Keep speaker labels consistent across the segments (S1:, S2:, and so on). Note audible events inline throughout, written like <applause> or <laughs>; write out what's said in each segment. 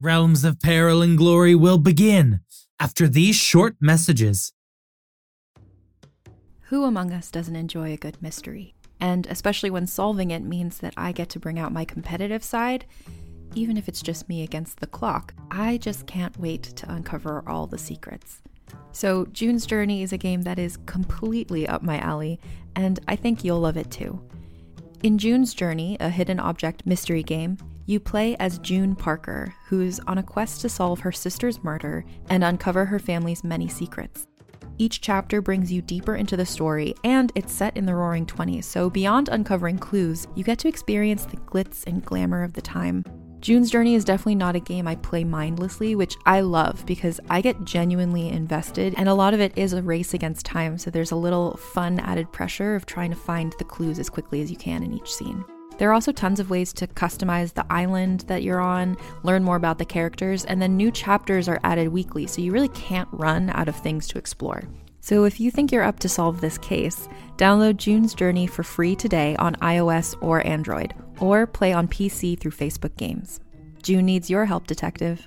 S1: Realms of Peril and Glory will begin after these short messages.
S2: Who among us doesn't enjoy a good mystery? And especially when solving it means that I get to bring out my competitive side, even if it's just me against the clock. I just can't wait to uncover all the secrets. So, June's Journey is a game that is completely up my alley, and I think you'll love it too. In June's Journey, a hidden object mystery game, you play as June Parker, who's on a quest to solve her sister's murder and uncover her family's many secrets. Each chapter brings you deeper into the story, and it's set in the roaring 20s, so beyond uncovering clues, you get to experience the glitz and glamour of the time. June's Journey is definitely not a game I play mindlessly, which I love because I get genuinely invested, and a lot of it is a race against time, so there's a little fun added pressure of trying to find the clues as quickly as you can in each scene. There are also tons of ways to customize the island that you're on, learn more about the characters, and then new chapters are added weekly, so you really can't run out of things to explore. So if you think you're up to solve this case, download June's Journey for free today on iOS or Android, or play on PC through Facebook Games. June needs your help, Detective.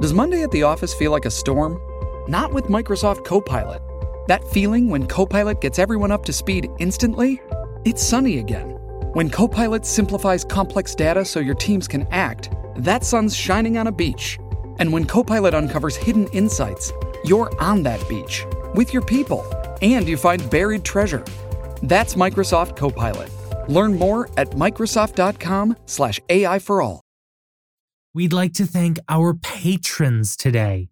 S3: Does Monday at the office feel like a storm? Not with Microsoft Copilot. That feeling when Copilot gets everyone up to speed instantly? It's sunny again. When Copilot simplifies complex data so your teams can act, that sun's shining on a beach. And when Copilot uncovers hidden insights, you're on that beach with your people and you find buried treasure. That's Microsoft Copilot. Learn more at Microsoft.com/slash AI for all.
S1: We'd like to thank our patrons today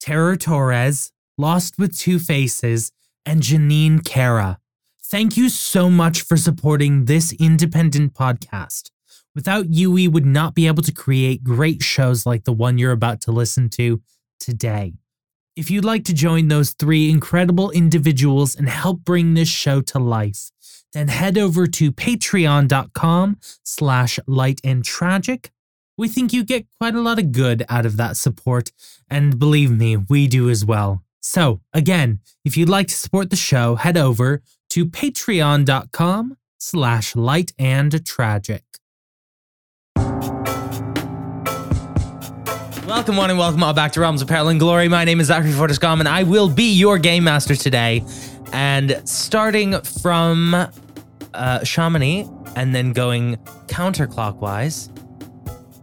S1: Terror Torres, Lost with Two Faces, and Janine Cara. Thank you so much for supporting this independent podcast. Without you, we would not be able to create great shows like the one you're about to listen to today. If you'd like to join those three incredible individuals and help bring this show to life, then head over to patreon.com slash light and tragic. We think you get quite a lot of good out of that support, and believe me, we do as well. So again, if you'd like to support the show, head over to patreon.com slash light and tragic. Welcome, one, and welcome all back to Realms of Peril and Glory. My name is Zachary Fortescom, and I will be your game master today. And starting from uh, Chamonix and then going counterclockwise,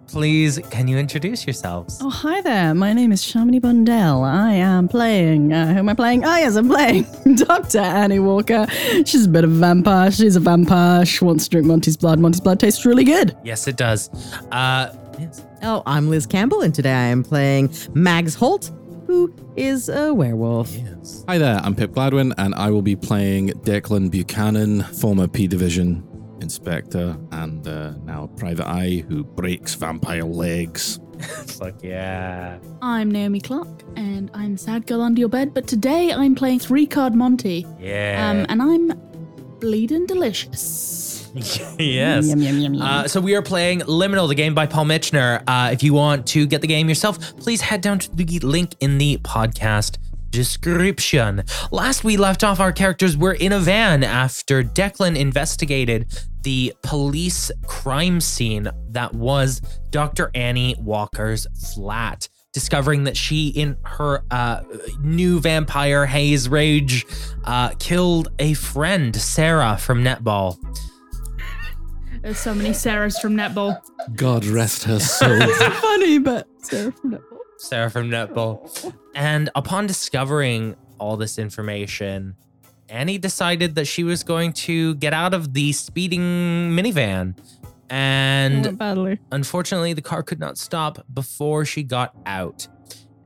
S1: please, can you introduce yourselves?
S4: Oh, hi there. My name is Shamini Bundell. I am playing. Uh, who am I playing? Oh, yes, I'm playing <laughs> Dr. Annie Walker. She's a bit of a vampire. She's a vampire. She wants to drink Monty's blood. Monty's blood tastes really <laughs> good.
S1: Yes, it does. Uh, yes.
S5: Oh, I'm Liz Campbell, and today I am playing Mags Holt, who is a werewolf.
S1: Yes.
S6: Hi there, I'm Pip Gladwin, and I will be playing Declan Buchanan, former P Division inspector and uh, now Private Eye, who breaks vampire legs.
S1: Fuck yeah.
S7: I'm Naomi Clark, and I'm sad girl under your bed. But today I'm playing three card Monty,
S1: Yeah.
S7: um, and I'm bleeding delicious.
S1: <laughs> yes.
S4: Yum, yum, yum, yum.
S1: Uh, so we are playing Liminal, the game by Paul Mitchner. Uh, if you want to get the game yourself, please head down to the link in the podcast description. Last we left off, our characters were in a van after Declan investigated the police crime scene that was Dr. Annie Walker's flat. Discovering that she, in her uh, new vampire haze rage, uh, killed a friend, Sarah from Netball.
S7: There's so many Sarahs from netball.
S6: God rest her soul.
S4: Funny, but Sarah from Netball.
S1: Sarah from Netball. And upon discovering all this information, Annie decided that she was going to get out of the speeding minivan. And
S7: Hmm.
S4: Not badly.
S1: unfortunately, the car could not stop before she got out.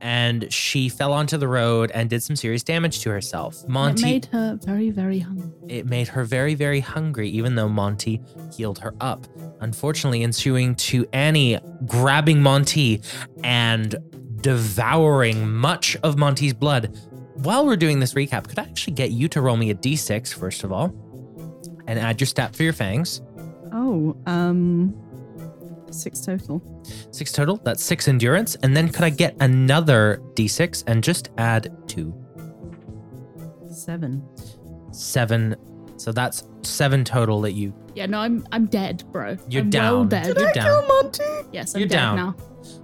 S1: And she fell onto the road and did some serious damage to herself.
S7: It
S1: Monty,
S7: made her very, very hungry.
S1: it made her very, very hungry, even though Monty healed her up. Unfortunately, ensuing to Annie grabbing Monty and devouring much of Monty's blood. While we're doing this recap, could I actually get you to roll me a d6, first of all, and add your stat for your fangs?
S4: Oh, um, six total.
S1: Six total, that's six endurance. And then could I get another d6 and just add two?
S4: Seven.
S1: seven So that's seven total that you.
S7: Yeah, no, I'm I'm dead, bro.
S1: You're
S7: I'm well
S1: down.
S7: dead.
S1: You're
S4: I
S1: down.
S4: kill Oh, Monty?
S7: Yes, I'm
S1: You're
S7: dead
S1: down.
S7: now.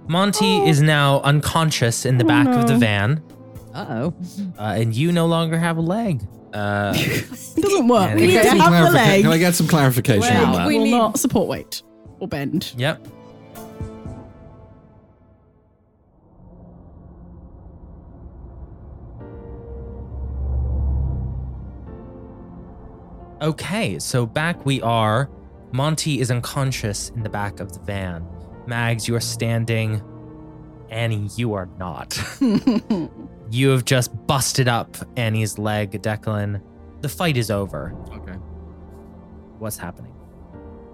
S1: Monty is now unconscious in the back of the
S4: no.
S1: van,
S5: Uh oh.
S1: uh, and you no longer have a leg. Uh,
S4: It doesn't work.
S1: Yeah,
S4: we need
S1: they
S4: to
S1: got
S6: Some
S4: have the
S6: clarifica-
S4: leg.
S6: Can I get some clarification
S5: Well,
S6: on
S4: Leg
S6: that?
S5: we
S4: will
S5: need-
S4: not support weight or bend.
S1: yep. Okay, so back we are. Monty is unconscious in the back of the van. Mags, you are standing. Annie, you are not. you have just busted up Annie's leg, Declan. The fight is over.
S6: Okay.
S1: What's happening?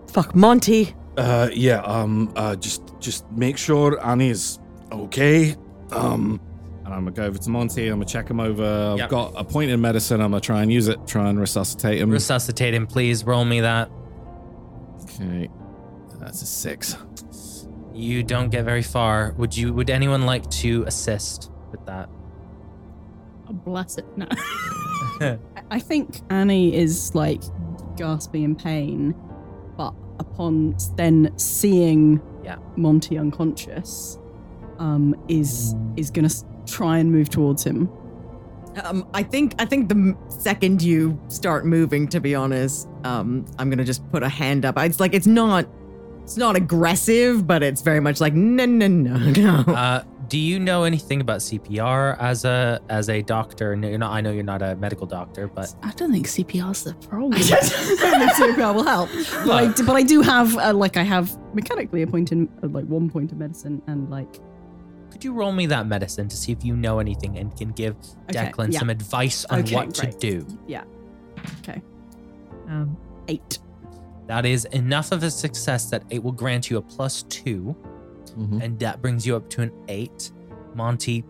S5: Fuck Monty.
S6: Uh, yeah. Um, uh, just just make sure Annie's okay. Um, and I'm gonna go over to Monty. I'm gonna check him over. I've
S1: Yep.
S6: got a point in medicine. I'm gonna try and use it. Try and resuscitate him.
S1: Resuscitate him, please. Roll me that.
S6: okay. That's a six.
S1: You don't get very far. Would you? Would anyone like to assist with that?
S7: Oh, bless it. No.
S4: I- I think Annie is like gasping in pain, but upon then seeing
S1: Yeah.
S4: Monty unconscious, um, is is gonna s- try and move towards him.
S5: Um, I think I think the m- second you start moving, to be honest, um, I'm gonna just put a hand up. It's like it's not, it's not aggressive, but it's very much like no, no, no, no.
S4: Oh.
S1: uh, do you know anything about CPR as a as a doctor? No, you're not. I know you're not a medical doctor, but
S7: I don't think CPR's the problem.
S4: <laughs> I don't know if CPR
S1: <laughs>
S4: will help, but I,
S1: Look.
S4: do, but I do have uh, like I have mechanically appointed uh, like one point of medicine and like
S1: could you roll me that medicine to see if you know anything and can give
S4: Okay,
S1: Declan
S4: yeah.
S1: some advice on
S4: Okay,
S1: what to
S4: right.
S1: do?
S5: um,
S4: eight.
S1: That is enough of a success that it will grant you a plus two,
S4: Mm-hmm.
S6: Mhm.
S1: and that brings you up to an eight.
S4: <gasps>
S1: Monty,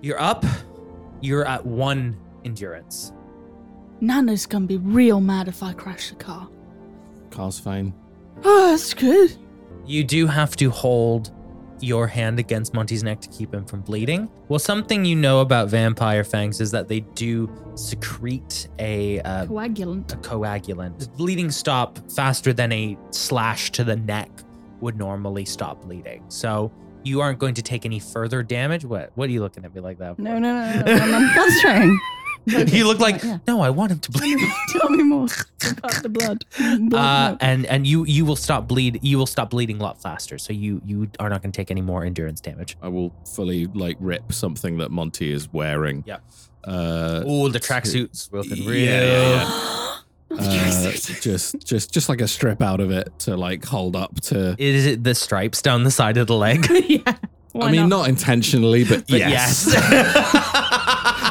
S1: you're up. You're at one endurance.
S7: Nana's gonna be real mad if I crash the car.
S6: Car's fine.
S7: Oh, that's good.
S1: You do have to hold your hand against Monty's neck to keep him from bleeding. Well, something you know about vampire fangs is that they do secrete a, uh,
S7: Coagulant.
S1: a coagulant. Does bleeding stop faster than a slash to the neck would normally stop bleeding. So you aren't going to take any further damage. What What are you looking at me like that? for? <laughs>
S4: No, no, no, no, no I'm concentrating.
S1: you look like
S4: Yeah.
S1: no. I want him to bleed.
S4: Tell me more about the blood. blood
S1: Uh, and and you you will stop bleed. You will stop bleeding a lot faster. So you you are not going to take any more endurance damage.
S6: I will fully like rip something that Monty is wearing.
S1: Yep.
S6: Uh,
S1: Oh, the tracksuits looking
S6: Yeah,
S1: real. <gasps>
S6: yeah, uh, just just just like a strip out of it to like hold up to.
S1: Is it the stripes down the side of the leg? <laughs>
S4: no. yeah. Why
S6: I mean, not, intentionally, but,
S1: But
S6: yes.
S1: <laughs> yes.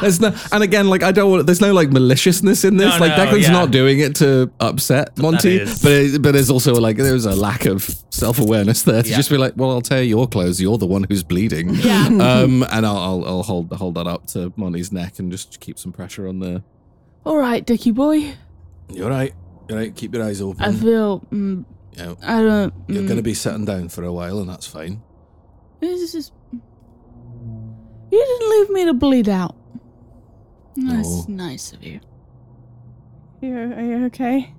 S6: <laughs> There's no, and again, like I don't want. There's no like maliciousness in this.
S1: No,
S6: like
S1: no,
S6: Declan's
S1: yeah.
S6: not doing it to upset Monty,
S1: is-
S6: but it, but there's also like there's a lack of self awareness there to
S1: Yeah.
S6: just be like, well, I'll tear your clothes. You're the one who's bleeding. <laughs>
S7: Yeah.
S6: um, and I'll, I'll I'll hold hold that up to Monty's neck and just keep some pressure on the.
S7: All right, Dickie boy.
S6: You're right. You're right. Keep your eyes open.
S7: I feel. Mm,
S6: yeah.
S7: I don't.
S6: You're
S7: mm,
S6: going to be sitting down for a while, and that's fine.
S7: This is. You didn't leave me to bleed out. That's nice of you.
S4: You, are you okay?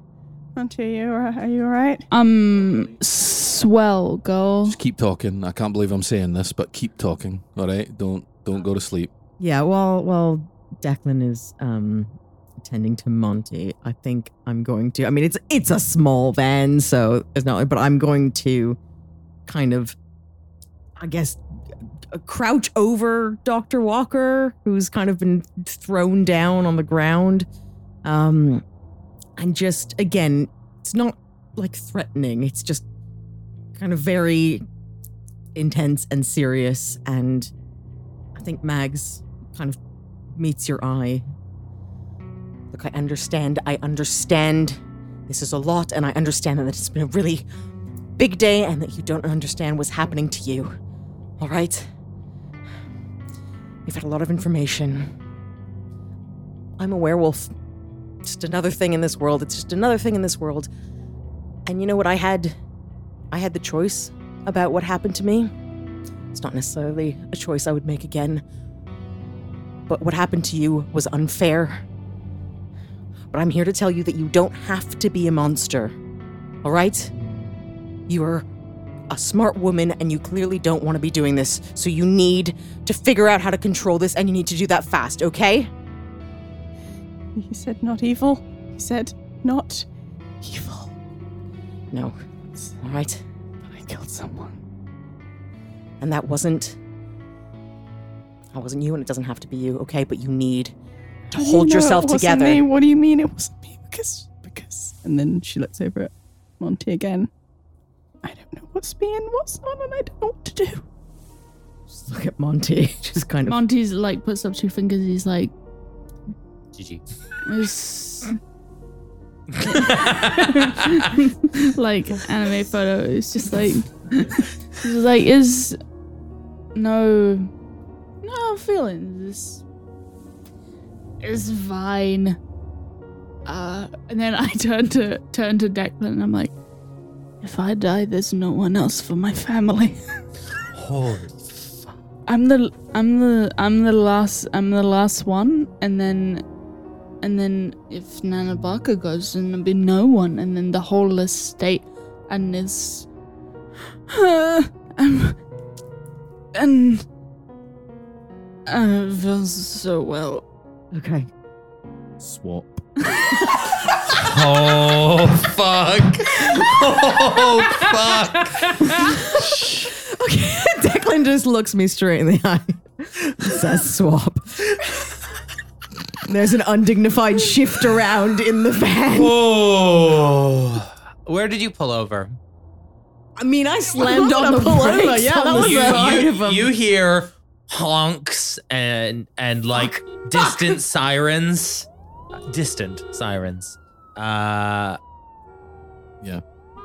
S4: Auntie, are you, alri- are you all right?
S7: Um, swell
S6: <laughs>
S7: girl.
S6: Just keep talking. I can't believe I'm saying this, but keep talking. All right. Don't don't go to sleep.
S5: Yeah, while while Declan is um attending to Monty, I think I'm going to I mean it's it's a small van, so it's not but I'm going to kind of I guess uh, crouch over Dr. Walker, who's kind of been thrown down on the ground. Um and just again, it's not like threatening, it's just kind of very intense and serious and I think Mags kind of meets your eye. Look, I understand. I understand. This is a lot, and I understand that it's been a really big day and that you don't understand what's happening to you. All right? We've had a lot of information. I'm a werewolf. Just another thing in this world. It's just another thing in this world. And you know what? I had. I had the choice about what happened to me. It's not necessarily a choice I would make again. But what happened to you was unfair. But I'm here to tell you that you don't have to be a monster. All right? You are a smart woman and you clearly don't want to be doing this. So you need to figure out how to control this and you need to do that fast, okay?
S4: He said not evil. He said not evil.
S5: No. All right?
S7: I killed someone.
S5: And that wasn't. That wasn't you and it doesn't have to be you, okay? But you need to
S4: How do you
S5: hold
S4: know
S5: yourself
S4: it wasn't
S5: together.
S4: me? What do you mean it wasn't me? Because, because. And then she looks over at Monty again. I don't know what's me and what's not, and I don't know what to do.
S5: Just look at Monty. <laughs> Just kind of.
S7: Monty's like puts up two fingers. He's like,
S1: GG.
S7: it's- like anime photo. It's just like, it's just like is no, no feelings. This is fine. Uh, and then I <laughs> turn to turn to Declan. and I'm like, if I die, there's no one else for my family.
S1: Holy
S7: I'm the I'm the I'm the last I'm the last one, and then and then if Nana Barker goes, then there'll be no one, and then the whole estate and <sighs> is um, and uh, it feels so well.
S5: Okay.
S6: Swap.
S1: Oh fuck! Oh fuck!
S5: Okay. <laughs> Declan just looks me straight in the eye. and Says swap. There's an undignified shift around in the van.
S1: Oh! Where did you pull over?
S5: I mean, I slammed on the pull over. Yeah, that was
S1: You,
S5: a
S1: you,
S5: of them.
S1: you hear honks and and like distant sirens, distant sirens. Uh,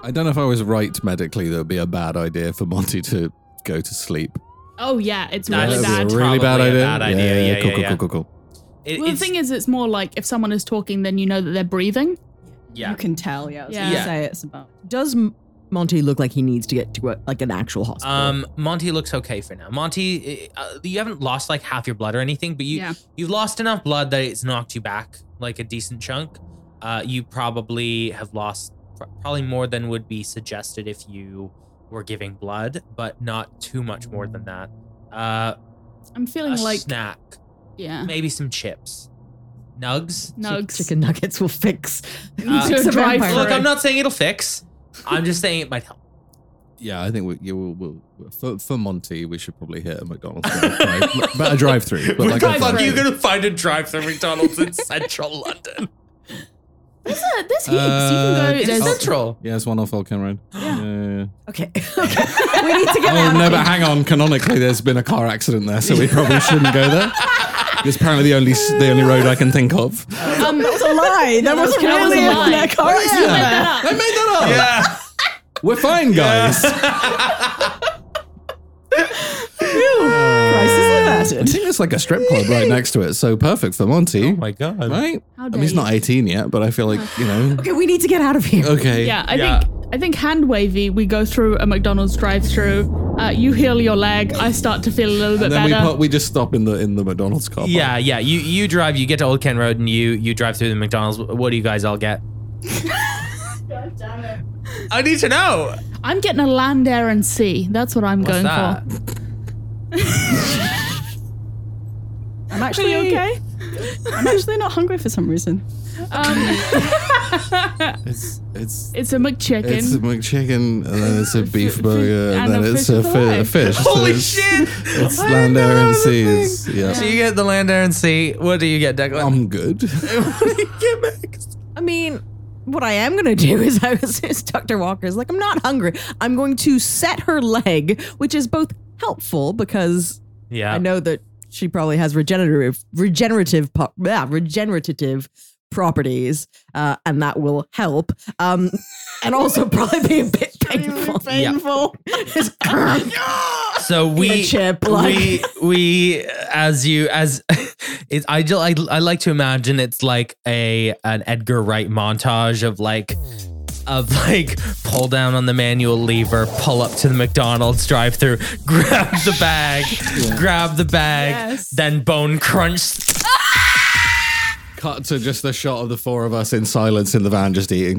S6: I don't know if I was right medically. That would be a bad idea for Monty to go to sleep.
S7: Oh yeah, it's
S1: That
S7: really
S1: is
S7: bad.
S1: That's
S6: a really bad
S1: probably a
S6: idea.
S1: bad idea. Yeah,
S6: cool,
S1: yeah,
S6: cool,
S1: yeah.
S6: cool, cool, cool.
S1: it,
S7: Well, the
S1: it's-
S7: thing is, it's more like if someone is talking, then you know that they're breathing.
S1: yeah.
S4: You can tell, yeah. I was
S7: Yeah.
S4: gonna
S1: Yeah.
S4: say it's about.
S5: Does M- Monty look like he needs to get to a, like an actual hospital?
S1: Um, Monty looks okay for now. Monty, uh, you haven't lost like half your blood or anything, but you
S7: Yeah.
S1: you've lost enough blood that it's knocked you back like a decent chunk. Uh, you probably have lost pr- probably more than would be suggested if you were giving blood, but not too much more than that. Uh,
S7: I'm
S1: a
S7: feeling like
S1: snack,
S7: yeah.
S1: maybe some chips, nugs.
S7: Nugs.
S5: Chicken nuggets
S4: <laughs>
S5: will fix.
S1: Uh,
S5: fix a
S7: drive
S5: vampire.
S7: through.
S1: Look, I'm not saying it'll fix. I'm just saying it might help.
S6: Yeah, I think we, yeah, we'll, we'll, for, for Monty, we should probably hit
S1: <laughs>
S6: a McDonald's. but a drive through.
S1: Where the fuck are you gonna find a drive-through McDonald's in <laughs> Central London?
S7: Yeah,
S1: <laughs>
S7: there's heaps.
S4: Uh,
S7: you
S1: In
S7: can go. There's,
S1: Central.
S6: Uh, Yeah, it's one off Old Cameron. Yeah. yeah, yeah.
S5: Okay. okay. we need to get
S6: Oh
S5: out
S6: no,
S5: of
S6: but
S5: here.
S6: hang on. Canonically, there's been a car accident there, so we probably shouldn't go there. It's apparently the only s- the only road I can think of.
S7: um,
S4: That was a lie. That was
S7: that was
S4: really
S7: a
S4: a
S7: lie.
S4: black car accident.
S6: I made that up.
S1: Yeah.
S6: We're fine, guys.
S4: Crisis
S6: I
S4: averted.
S6: think there's like a strip club right next to it, so perfect for Monty,
S1: Oh my god.
S6: right?
S7: How
S6: I mean,
S7: dare
S6: he's not 18 yet, but I feel like you know.
S5: Okay, we need to get out of here.
S6: Okay.
S7: yeah, I
S1: Yeah.
S7: think I think hand wavy. We go through a McDonald's drive-through. Uh, you heal your leg. I start to feel a little bit
S6: And then we
S7: better.
S6: put, we just stop in the in the McDonald's car. park.
S1: Yeah, yeah. You you drive. You get to Old Kent Road, and you you drive through the McDonald's. What do you guys all get? I need to know.
S7: I'm getting a land air and sea. That's what I'm
S1: What's
S7: going
S1: that?
S7: for.
S4: I'm actually
S7: okay?
S4: I'm actually not hungry for some reason.
S6: It's it's
S7: Um, It's a McChicken.
S6: it's a McChicken, and then it's a beef
S7: fi-
S6: burger, and,
S7: and
S6: then
S7: a
S6: it's
S7: fish
S6: a,
S7: with a
S6: fi- a
S7: leg.
S6: fish.
S1: Holy
S6: it's,
S5: <laughs>
S1: shit!
S6: It's land air and seas. Yeah.
S1: So you get the land, air, and sea. What do you get, Declan?
S6: I'm good.
S1: what do you get, Max?
S5: <laughs> I mean, what I am gonna do is I was is Dr. Walker's like, I'm not hungry. I'm going to set her leg, which is both helpful because
S1: Yeah.
S5: I know that she probably has regenerative regenerative po- yeah, regenerative properties, uh, and that will help. Um, <laughs> and also probably be a bit painful.
S1: painful.
S5: <laughs> Just grrr.
S1: So we
S5: a chip, like-
S1: we we as you as <laughs> it's I, ju- I I like to imagine it's like a an Edgar Wright montage of like of like pull down on the manual lever, pull up to the McDonald's drive through, <laughs> grab the bag, grab the bag, then bone crunch.
S6: <laughs> cut to just a shot of the four of us in silence in the van, just eating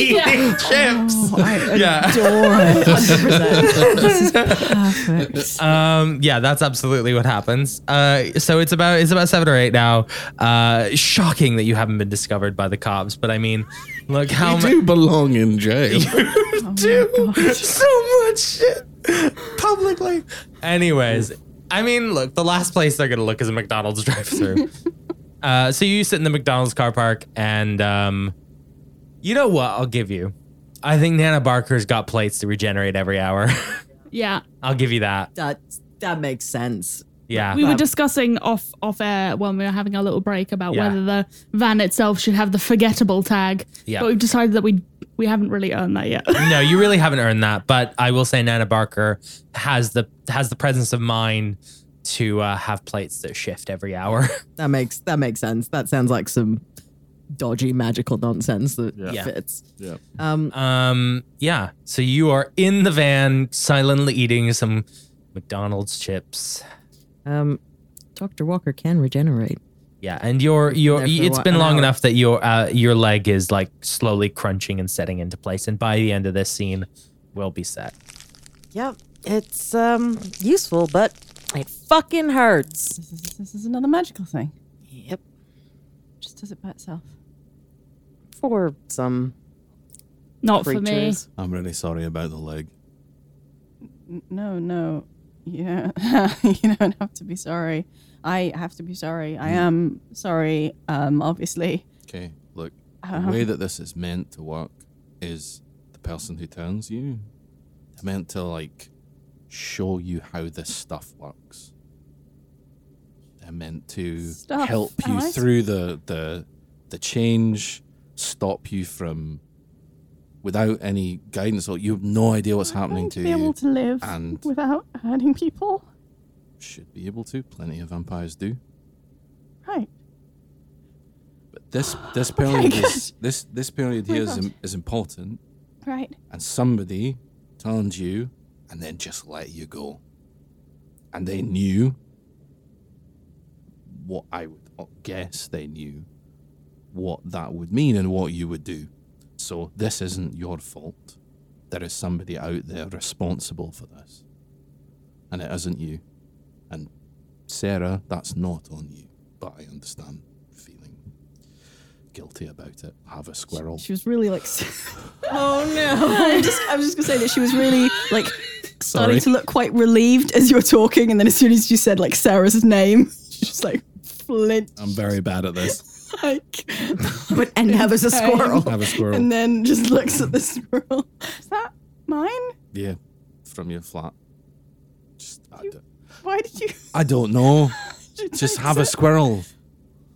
S4: <laughs>
S7: Yeah.
S4: Oh, I
S1: Yeah.
S4: adore it. 100%. this is perfect.
S1: <laughs> um yeah that's absolutely what happens uh so it's about it's about seven or eight now uh shocking that you haven't been discovered by the cops but i mean look how
S6: <laughs> you
S1: much
S6: do belong in jail.
S1: so much shit publicly anyways i mean look the last place they're gonna look is a mcdonald's <laughs> drive-through uh so you sit in the mcdonald's car park and um you know what i'll give you i think nana barker's got plates to regenerate every hour <laughs>
S7: Yeah.
S1: i'll give you that
S5: That that makes sense.
S1: yeah
S7: We were discussing off off air when we were having our little break about
S1: Yeah.
S7: whether the van itself should have the forgettable tag.
S1: Yeah.
S7: But we've decided that we we haven't really earned that yet. <laughs>
S1: no, you really haven't earned that. But I will say Nana Barker has the has the presence of mind to uh, have plates that shift every hour.
S5: That makes that makes sense. That sounds like some dodgy magical nonsense
S1: <laughs>
S5: that
S1: Yeah.
S5: fits.
S6: Yeah.
S5: Um,
S1: um, yeah. So you are in the van, silently eating some McDonald's chips.
S5: um, Doctor Walker can regenerate.
S1: Yeah, and your your
S5: There for
S1: it's
S5: what,
S1: been
S5: an
S1: long
S5: hour?
S1: enough that your uh, your leg is like slowly crunching and setting into place, and by the end of this scene, will be set.
S8: Yep, it's um useful, but it fucking hurts.
S4: This is, this is another magical thing.
S8: Yep,
S4: Just does it by itself.
S5: for some
S7: Not for me.
S5: creatures.
S6: I'm really sorry about the leg.
S4: N- No, no. You don't, you don't have <laughs> to be sorry. I have to be sorry. I am sorry, um, obviously.
S6: Okay, look, the
S4: Um,
S6: way that this is meant to work is the person who turns you. They're meant to like show you how this stuff works. They're meant to
S4: Stuff.
S6: help
S4: Oh,
S6: you
S4: I see.
S6: through the, the the change, stop you from without any guidance or you have no idea what's happening
S4: I'd
S6: to
S4: be able
S6: you.
S4: to live
S6: and-
S4: without hurting people.
S6: Should be able to. Plenty of vampires do.
S4: Right.
S6: But this
S4: <laughs>
S6: this
S4: Okay,
S6: period
S4: good. Oh
S6: is this this period
S4: my
S6: here is,
S4: God.
S6: im- is important.
S4: Right.
S6: and somebody turned you and then just let you go. And they knew what I would guess they knew what that would mean and what you would do. So this isn't your fault. There is somebody out there responsible for this. And it isn't you. And Sarah, that's not on you. But I understand feeling guilty about it. Have a squirrel.
S4: She was really like. oh no! I'm just, <laughs> I was just gonna say that she was really like starting
S6: Sorry.
S4: to look quite relieved as you were talking, and then as soon as you said like Sarah's name, <laughs> she just like flinched.
S6: I'm very bad at this.
S4: Like, <laughs>
S5: But and now there's a
S4: Insane.
S5: squirrel.
S6: Have a squirrel.
S4: and then just looks at the squirrel. Is that mine?
S6: Yeah, from your flat. Just, I, don't,
S4: Why did you? <laughs>
S6: I don't know.
S4: did you
S6: Just
S4: take
S6: have a
S4: it?
S6: squirrel.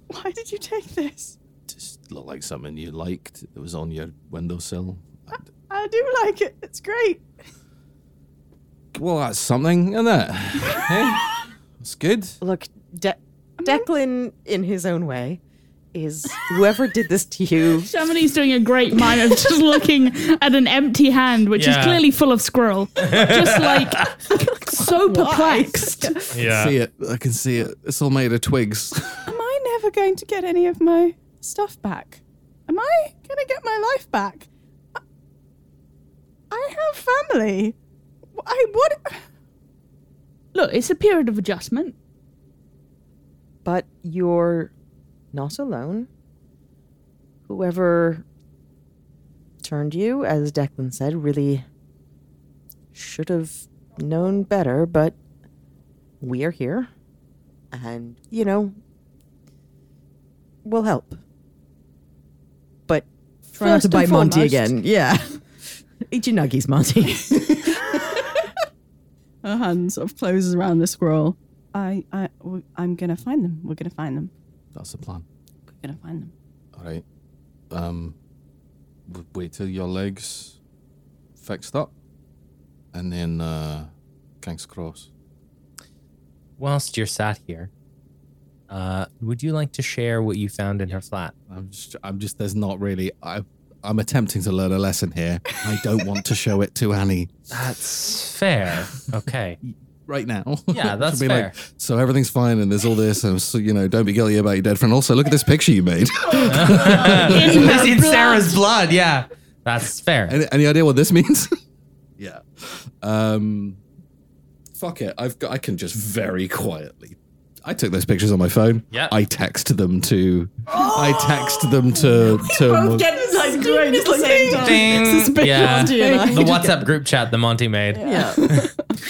S4: Why did you take this?
S6: Just look like something you liked. It was on your windowsill. I d-
S4: I do like it. It's great.
S6: Well, that's something,
S4: <laughs>
S6: isn't it? hey, it's good.
S8: look, De- Declan, in his own way, is whoever did this to you.
S7: Chamonix doing a great mime
S1: <laughs>
S7: of just looking at an empty hand, which
S1: Yeah.
S7: is clearly full of squirrel.
S1: <laughs>
S7: just like so perplexed.
S1: Yeah.
S6: See it. I can see it. It's all made of twigs. <laughs>
S4: Am I never going to get any of my stuff back? Am I going to get my life back? I- I have family. I <sighs> what?
S7: Look, it's a period
S1: <laughs>
S7: of adjustment.
S8: But you're not alone. Whoever turned you, as Declan said, really should have known better, but we are here. And, you know, we'll help. But
S5: Try not to
S8: first and
S5: bite Monty
S8: foremost-
S5: again.
S8: <laughs>
S5: Yeah. Eat your nuggies, Monty.
S4: Her hand sort of closes around the squirrel. I I w- I'm going to find them. We're going to find them.
S6: That's the plan.
S4: We're going to find them.
S6: All right. Um, w- wait till your legs fixed up, and then uh, King's Cross.
S1: Whilst you're sat here, uh, would you like to share what you found in her flat?
S6: I'm just, I'm just, there's not really, I, I'm attempting to learn a lesson here. I don't want to show it to Annie.
S5: <laughs>
S1: That's fair. Okay.
S6: right now. <laughs>
S1: Yeah, that's
S6: Be
S1: fair.
S6: like, so everything's fine, and there's all this, and so, you know, don't be guilty about your dead friend. Also, look at this picture
S1: <laughs>
S6: you made.
S1: it's in Sarah's blood. Yeah, that's fair.
S6: any, any idea what this means? <laughs> yeah. Um, fuck it. I've got. I can just very quietly. I took those pictures on my phone.
S1: Yeah.
S6: I text them to. I text them
S1: <gasps>
S6: to. to
S4: Both get like great at the same time.
S1: Ding.
S4: This is big
S1: Yeah.
S5: <laughs>
S4: Monty and I.
S1: the WhatsApp group chat that Monty made.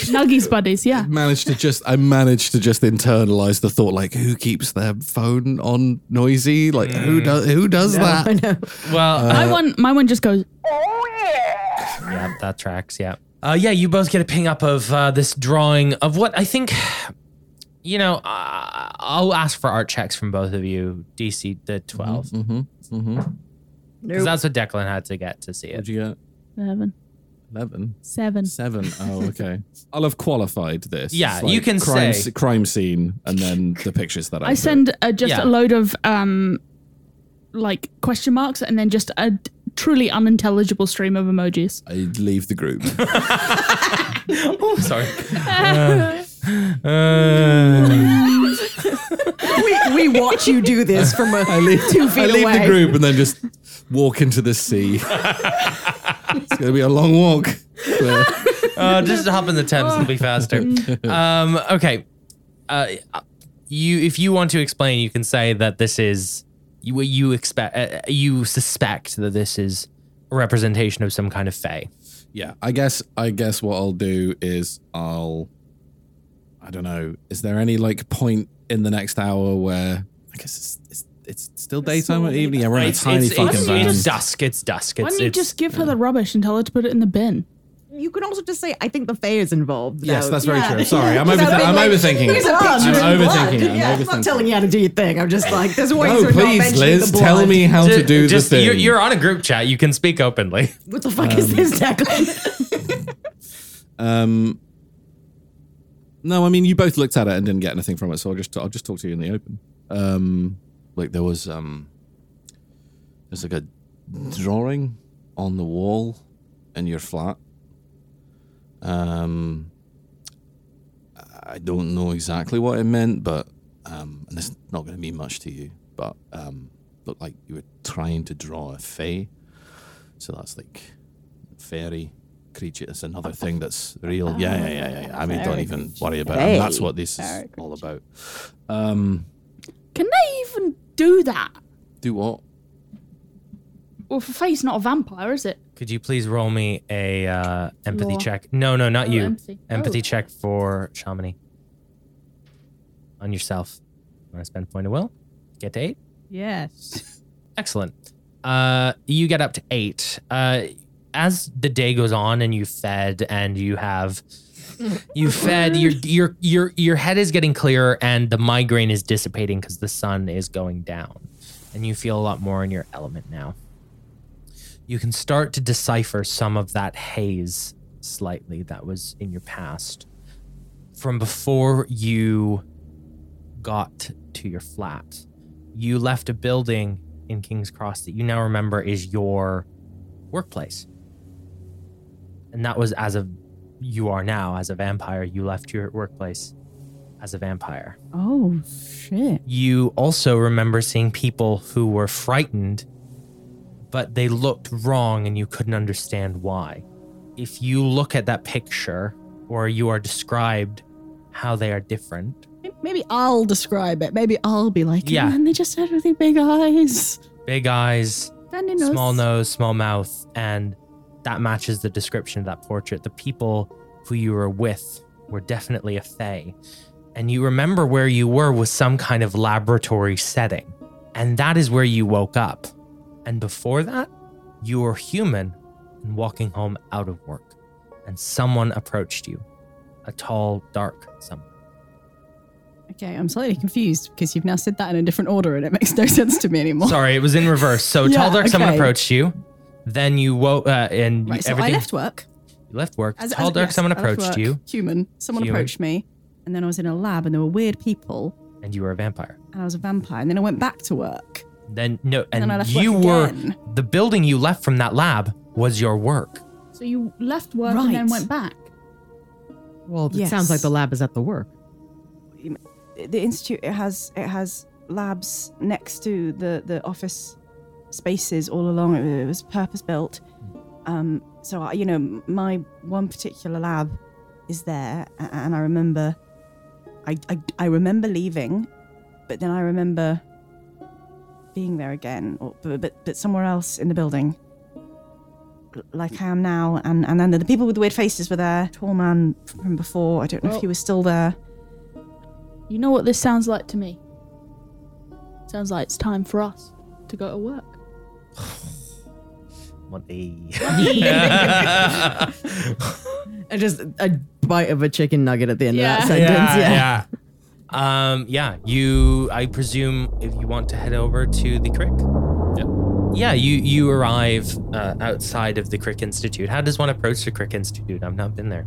S7: Nuggies buddies, yeah.
S6: managed to just I managed to just internalize the thought like who keeps their phone on noisy like who does who does that
S5: Uh,
S1: Well,
S7: my one, my one just goes.
S1: Yeah, that tracks. Yeah. Uh, yeah, you both get a ping up of uh, this drawing of what I think, you know, uh, I'll ask for art checks from both of you, DC the 12. Because
S5: Nope.
S1: that's what Declan had to get to see it.
S6: What'd you get
S7: Seven.
S6: 11
S7: Seven.
S6: 7 oh okay <laughs> I'll have qualified this
S1: Yeah,
S6: It's
S1: you can
S6: crime,
S1: say.
S6: s- crime scene and then the pictures that I,
S7: I
S6: took.
S7: send uh, just
S1: Yeah.
S7: a load of um, like question marks, and then just a d- truly unintelligible stream of emojis.
S6: I leave the group
S1: Oh, sorry. <laughs> Uh, uh,
S5: <laughs> we, we watch you do this from
S8: <laughs>
S5: a two feet
S6: I leave
S5: away.
S6: the group and then just walk into the sea It's gonna be a long walk But-
S1: uh, just hop in the Thames, it'll be faster.
S7: <laughs>
S1: Um, okay. Uh, you, if you want to explain, you can say that this is you. You expect, uh, you suspect that this is a representation of some kind of fae.
S6: yeah i guess i guess what i'll do is i'll i don't know is there any like point in the next hour where i guess it's it's, it's still daytime or evening yeah we're in a tiny fucking
S1: it's,
S6: van
S1: it's dusk. It's dusk.
S7: Why
S1: It's,
S7: don't you
S1: it's
S6: <laughs>
S7: just give her the rubbish and tell her to put it in the bin?
S5: You can also just say, I think the Fae is involved.
S6: yes
S5: now.
S6: that's very true sorry i'm,
S5: Is
S6: over-
S5: that
S6: I'm
S5: like-
S6: overthinking
S5: Here's
S6: it
S5: a
S6: i'm
S5: picture in blood.
S6: overthinking it
S5: Yeah, I'm
S6: i'm
S5: not
S6: overthinking
S5: telling
S6: it
S5: you how to do your thing. I'm just like, there's ways
S6: no
S5: of not
S6: please
S5: mentioning
S6: liz
S5: the
S6: tell
S5: blood.
S6: me how to
S1: Ju-
S6: do the
S1: just-
S6: thing
S1: You're, you're on a group chat. You can speak openly.
S5: What the fuck is this, Declan? <laughs>
S6: um no i mean you both looked at it and didn't get anything from it so i'll just i'll just talk to you in the open um like there was um there's like a drawing on the wall in your flat um i don't know exactly what it meant but um and it's not going to mean much to you but um looked like you were trying to draw a fae so that's like fairy creature it's another thing that's real yeah yeah yeah yeah, yeah. i mean don't even worry about it that's what this is all about um
S7: Can they even do that?
S6: do what
S7: Well, for face, not a vampire, is it?
S1: Could you please roll me a uh, empathy
S7: Law.
S1: check? No, no, not
S7: Oh,
S1: you. Empathy,
S7: empathy. Oh.
S1: check for Chamonix. On yourself. Want to spend point of will? Get to eight.
S4: Yes.
S1: Excellent. Uh, you get up to eight. Uh, as the day goes on and you fed and you have you fed your your your your head is getting clearer and the migraine is dissipating because the sun is going down and you feel a lot more in your element now. You can start to decipher some of that haze slightly that was in your past from before you got to your flat you left a building in King's Cross that you now remember is your workplace. And that was as of you are now as a vampire. You left your workplace as a vampire.
S4: Oh shit.
S1: You also remember seeing people who were frightened, but they looked wrong and you couldn't understand why. If you look at that picture or you are described how they are different,
S4: Maybe I'll describe it. Maybe I'll be like,
S1: Yeah.
S4: yeah. And they just had really big eyes.
S1: big eyes,
S7: Danny knows.
S1: small nose, small mouth, and that matches the description of that portrait. The people who you were with were definitely a fae, and you remember where you were was some kind of laboratory setting, and that is where you woke up. And before that, you were human and walking home out of work, and someone approached you, a tall, dark someone.
S4: Okay, I'm slightly confused because you've now said that in a different order and it makes no <laughs> sense to me anymore.
S1: Sorry, it was in reverse. So
S4: <laughs> Yeah,
S1: tall, dark someone
S4: okay.
S1: approached you. Then you woke, uh, and
S4: Right, so
S1: everything
S4: I left work.
S1: you left work.
S4: As,
S1: tall,
S4: as-
S1: dark
S4: yes,
S1: someone
S4: I left
S1: approached
S4: work.
S1: you.
S4: Human. Someone
S1: Human.
S4: approached me, and then I was in a lab, and there were weird people,
S1: and you were a vampire.
S4: and I was a vampire, and then I went back to work.
S1: Then no, and,
S4: then I left
S1: you
S4: work
S1: were
S4: again.
S1: the building you left from that lab was your work.
S7: So you left work
S4: Right.
S7: and then went back.
S5: Well, it sounds like the lab is at the work.
S9: the institute it has it has labs next to the the office spaces all along it, was purpose built um so I, you know m- my one particular lab is there a- and i remember I, I i remember leaving but then i remember being there again or but but, but somewhere else in the building L- like I am now, and and then the people with the weird faces were there. Tall man from before. I don't know if
S7: Well-
S9: he was still there.
S7: You know what this sounds like to me? Sounds like it's time for us to go to work.
S4: <laughs>
S5: And just a bite of a chicken nugget at the end
S7: Yeah.
S5: of that sentence. Yeah.
S1: yeah. Um, yeah, you. I presume if you want to head over to the Crick.
S6: Yep.
S1: Yeah, you you arrive uh, outside of the Crick Institute. How does one approach the Crick Institute? I've not been there.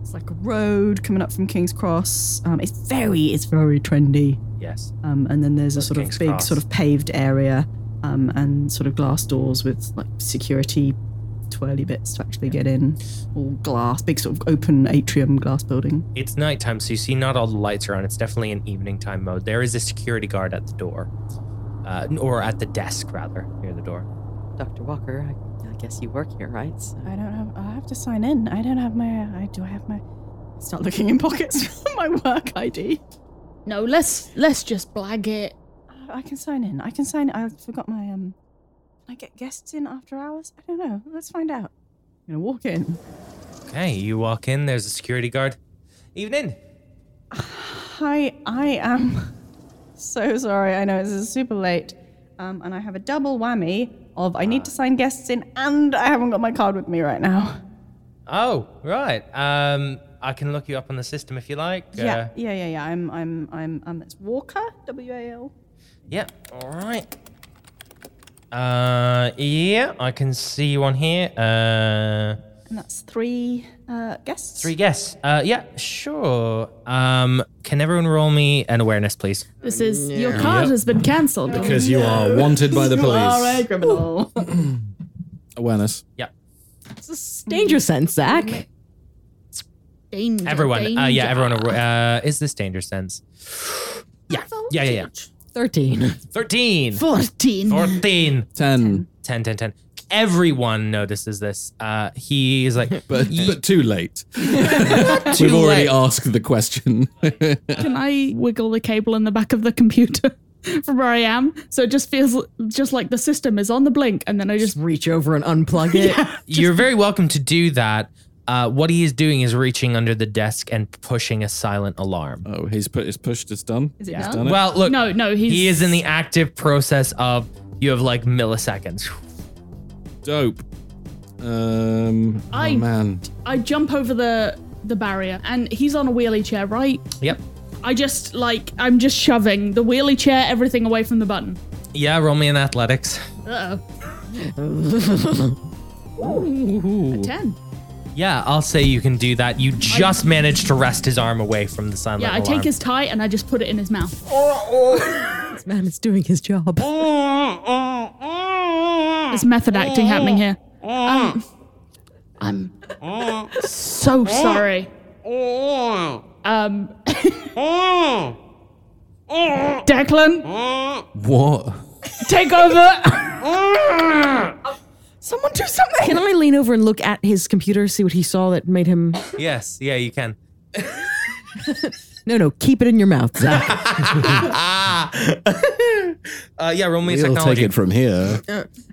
S4: It's like a road coming up from King's Cross. Um, it's very, it's very trendy.
S1: Yes.
S4: Um, and then there's a
S1: Like
S4: sort
S1: King's
S4: of big,
S1: Cross.
S4: sort of paved area, um, and sort of glass doors with like security twirly bits to actually get in. All glass, big sort of open atrium glass building.
S1: It's nighttime, so you see not all the lights are on. It's definitely an evening time mode. There is a security guard at the door, uh, or at the desk rather, near the door.
S8: Dr. Walker, I, I guess you work here, right? So-
S5: Uh,
S9: I don't have. I have to sign in. I don't have my. I do. I have my.
S4: Start looking
S9: <laughs>
S4: in pockets for my work ID.
S7: No, let's let's just blag it.
S9: I can sign in. I can sign. I forgot my um. Can I get guests in after hours? I don't know. Let's find out.
S4: I'm gonna walk in.
S1: Okay, you walk in. There's a security guard. Evening.
S9: Hi, I am <laughs> so sorry. I know this is super late, um, and I have a double whammy of I need to sign guests in, and I haven't got my card with me right now.
S1: Oh, right. Um, I can look you up on the system if you like. Uh,
S9: Yeah, yeah, yeah, yeah. I'm, I'm, I'm, um, it's Walker, W A L.
S1: Yeah. All right. Uh, yeah, I can see you on here. Uh,
S9: And that's three uh, guests. <laughs>
S1: three guests. Uh, yeah, sure. Um, can everyone roll me an awareness, please?
S7: This is your card has been cancelled.
S6: Because you are wanted by the police.
S4: criminal.
S6: <clears throat> Awareness.
S5: Danger sense,
S6: Mm.
S5: Zach.
S7: Danger,
S1: Everyone. Uh, yeah,
S7: <laughs> danger.
S1: everyone. will ro- Uh, is this danger sense? Yeah. Yeah, yeah, yeah.
S6: <laughs>
S5: 13.
S1: 13.
S7: Fourteen.
S1: 14.
S6: Ten.
S1: 10, 10, 10. Everyone notices this. Uh, he
S7: <laughs>
S1: is like,
S6: But,
S1: Ye-
S6: but too late. <laughs> We've already
S1: late.
S6: asked the question.
S7: Can I wiggle the cable in the back of the computer <laughs> from where I am? So it just feels l- just like the system is on the blink, and then I
S5: Just
S7: just
S5: reach over and unplug it.
S1: You're very welcome to do that. Uh, what he is doing is reaching under the desk and pushing a silent alarm.
S6: <laughs> oh, he's put his pushed. It's done.
S4: Is it
S6: He's
S4: done?
S6: done it.
S1: Well, look,
S7: Uh, no, no. He's
S1: he is in the active process of you have like milliseconds.
S6: Dope. Um.
S7: I-
S6: oh man.
S7: I jump over the the barrier, and he's on a wheelie chair, right?
S1: Yep.
S7: I just like I'm just shoving the wheelie chair, everything away from the button.
S1: Yeah, roll me in athletics.
S7: Uh oh. Ten.
S1: Yeah, I'll say you can do that. You just managed to wrest his arm away from the silent
S7: Yeah, I
S1: alarm.
S7: take his tie and I just put it in his mouth.
S5: This man is doing his job.
S7: It's method
S6: Mm.
S7: acting happening here. Um, I'm so
S6: Mm.
S7: sorry. Um,
S6: Mm.
S7: Declan,
S6: What?
S7: take over.
S4: Someone do something.
S5: <laughs> Can I lean over and look at his computer, see what he saw that made him.
S1: Yes, yeah, you can.
S5: No, no, keep it in your mouth, Zach.
S6: <laughs>
S1: Uh, yeah, roll me a
S6: We'll take
S1: technology. Um,
S6: it from here.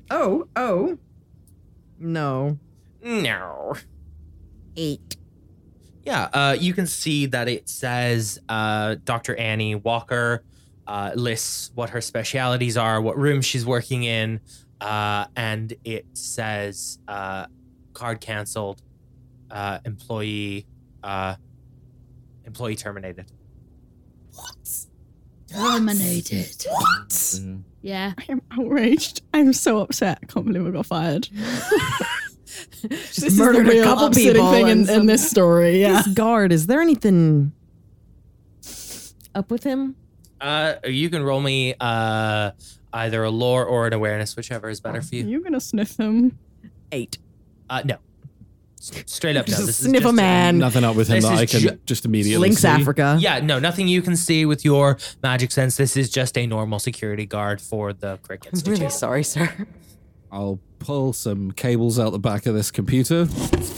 S5: oh, oh. No.
S1: No.
S5: Eight.
S1: Yeah, uh, you can see that it says uh, Dr. Annie Walker uh, lists what her specialities are, what room she's working in, uh, and it says uh, card canceled, uh, employee, uh, employee terminated.
S7: Terminated. What? Yeah.
S4: I am outraged. I'm so upset. I can't believe I got
S9: <laughs>
S4: fired. this
S5: murdered a couple
S4: upsetting
S5: people
S4: thing in,
S5: and
S4: in this story. Yeah.
S5: This guard, is there anything up with him?
S1: Uh, you can roll me uh, either a lore or an awareness, whichever is better for you.
S4: You're gonna sniff him.
S5: Eight.
S1: Uh, no. S- Straight
S5: <laughs>
S1: up, no.
S5: Just a
S1: This is
S5: sniff a
S1: just
S5: man.
S6: Nothing up with him
S1: This
S6: that
S1: is
S6: I can
S1: ju-
S6: just immediately.
S5: Links
S6: see.
S5: Africa.
S1: Yeah, no, nothing you can see with your magic sense. This is just a normal security guard for the Cricket
S5: I'm
S1: Institute.
S5: really <laughs> sorry, sir.
S6: I'll pull some cables out the back of this computer.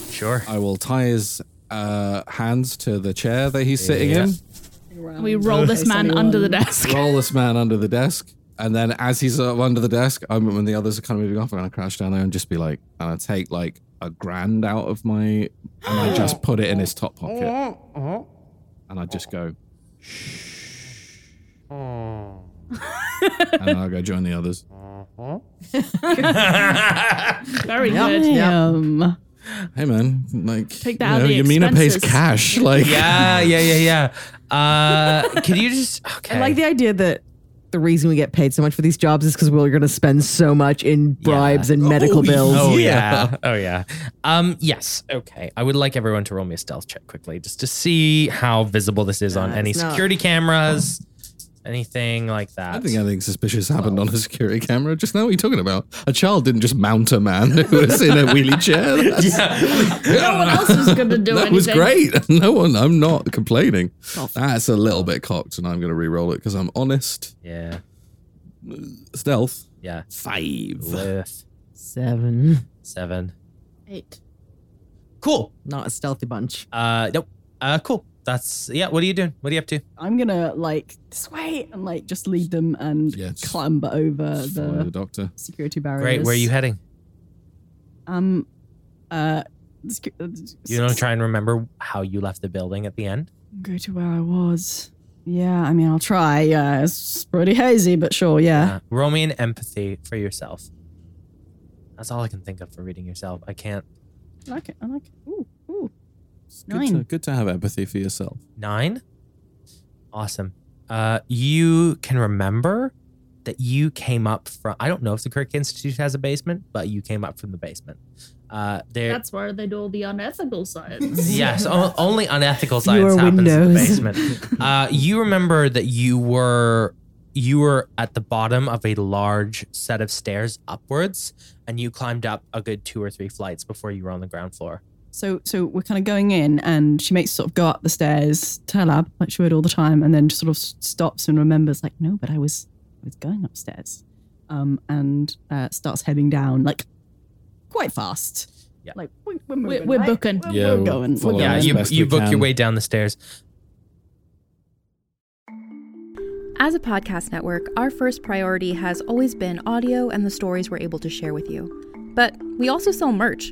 S1: Sure.
S6: I will tie his uh, hands to the chair that he's sitting
S1: Yeah.
S6: in.
S7: We roll this man under the desk.
S6: roll this man under the desk. And then as he's up under the desk, I'm, when the others are kind of moving off, I'm going to crouch down there and just be like, and I take like a grand out of my, and I just put it in his top pocket. And I just go, shh. and then I'll go join the others.
S7: Very good.
S4: Damn.
S6: Hey man, like,
S7: Take that out of the
S6: Yamina pays
S7: expenses.
S6: cash. <laughs> Like,
S1: Yeah, yeah, yeah, yeah. Uh, could you just? Okay.
S5: <laughs> I like the idea that the reason we get paid so much for these jobs is because we're going to spend so much in bribes and medical bills.
S1: Oh yeah. <laughs> Oh yeah. Um. Yes. Okay. I would like everyone to roll me a stealth check quickly, just to see how visible this is on
S5: Nah,
S1: any
S5: it's not-
S1: security cameras, anything like
S6: I
S1: that.
S6: don't think
S1: <laughs>
S6: anything suspicious happened on a security camera just now. What are you talking about? A child didn't just mount a man <laughs> who was in a wheelie chair. <laughs> That's-
S5: <laughs>
S7: No one else is going to do
S6: that
S7: anything.
S6: was great. <laughs> No one, I'm not complaining. That's a little bit cocked, and I'm going to re-roll it because I'm honest.
S1: yeah.
S6: Stealth
S1: Yeah.
S5: <laughs>
S6: five.
S1: Worth
S5: Seven.
S1: seven.
S7: Eight.
S1: Cool.
S5: Not a stealthy bunch.
S1: Uh. Nope. Uh. Cool. That's yeah. What are you doing? What are you up to?
S4: I'm gonna like this way and like just lead them and
S6: Yeah, just
S4: clamber over
S6: Follow the
S4: the
S6: doctor.
S4: security barriers.
S1: Great. Where are you heading?
S4: Um, uh, sec- uh,
S1: You don't try and remember how you left the building at the end.
S4: go to where I was. Yeah, I mean, I'll try. Yeah, it's pretty hazy, but sure. Yeah.
S1: Uh, roll me an empathy for yourself. That's all I can think of for reading yourself. I can't.
S4: I like it. I like it. Ooh, ooh.
S6: Good to, good to have empathy for yourself.
S1: Nine. Awesome. Uh, you can remember that you came up from. I don't know if the Kirk Institute has a basement, but you came up from the basement. Uh, there.
S7: That's where they do all the unethical
S5: <laughs>
S6: <laughs>
S7: science.
S1: yes, o- only unethical
S5: Fewer
S1: science happens in the
S5: windows. <laughs>
S1: basement. uh, you remember that you were you were at the bottom of a large set of stairs upwards, and you climbed up a good two or three flights before you were on the ground floor.
S4: So, so we're kind of going in, and she makes sort of go up the stairs to her lab, like she would all the time, and then just sort of s- stops and remembers, like, no, but I was, I was going upstairs, um, and uh, starts heading down, like, quite fast.
S1: Yeah.
S4: like we're, we're moving.
S7: We're, we're
S4: right?
S7: booking.
S4: We're, we're going. We're
S6: follow
S1: yeah,
S6: as
S4: going.
S1: you,
S6: best
S1: you
S6: we
S1: book
S6: can.
S1: your way down the stairs.
S2: As a podcast network, our first priority has always been audio and the stories we're able to share with you. But we also sell merch,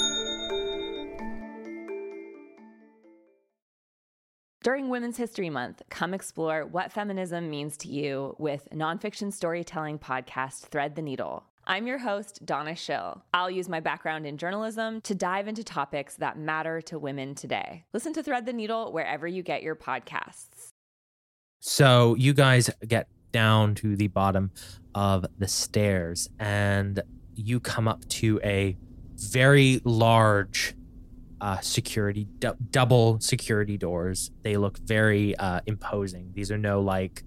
S10: During Women's History Month, come explore what feminism means to you with nonfiction storytelling podcast Thread the Needle. I'm your host, Donna Schill. I'll use my background in journalism to dive into topics that matter to women today. Listen to Thread the Needle wherever you get your podcasts.
S1: So you guys get down to the bottom of the stairs and you come up to a very large uh, security, dou- double security doors. They look very uh, imposing. These are no like,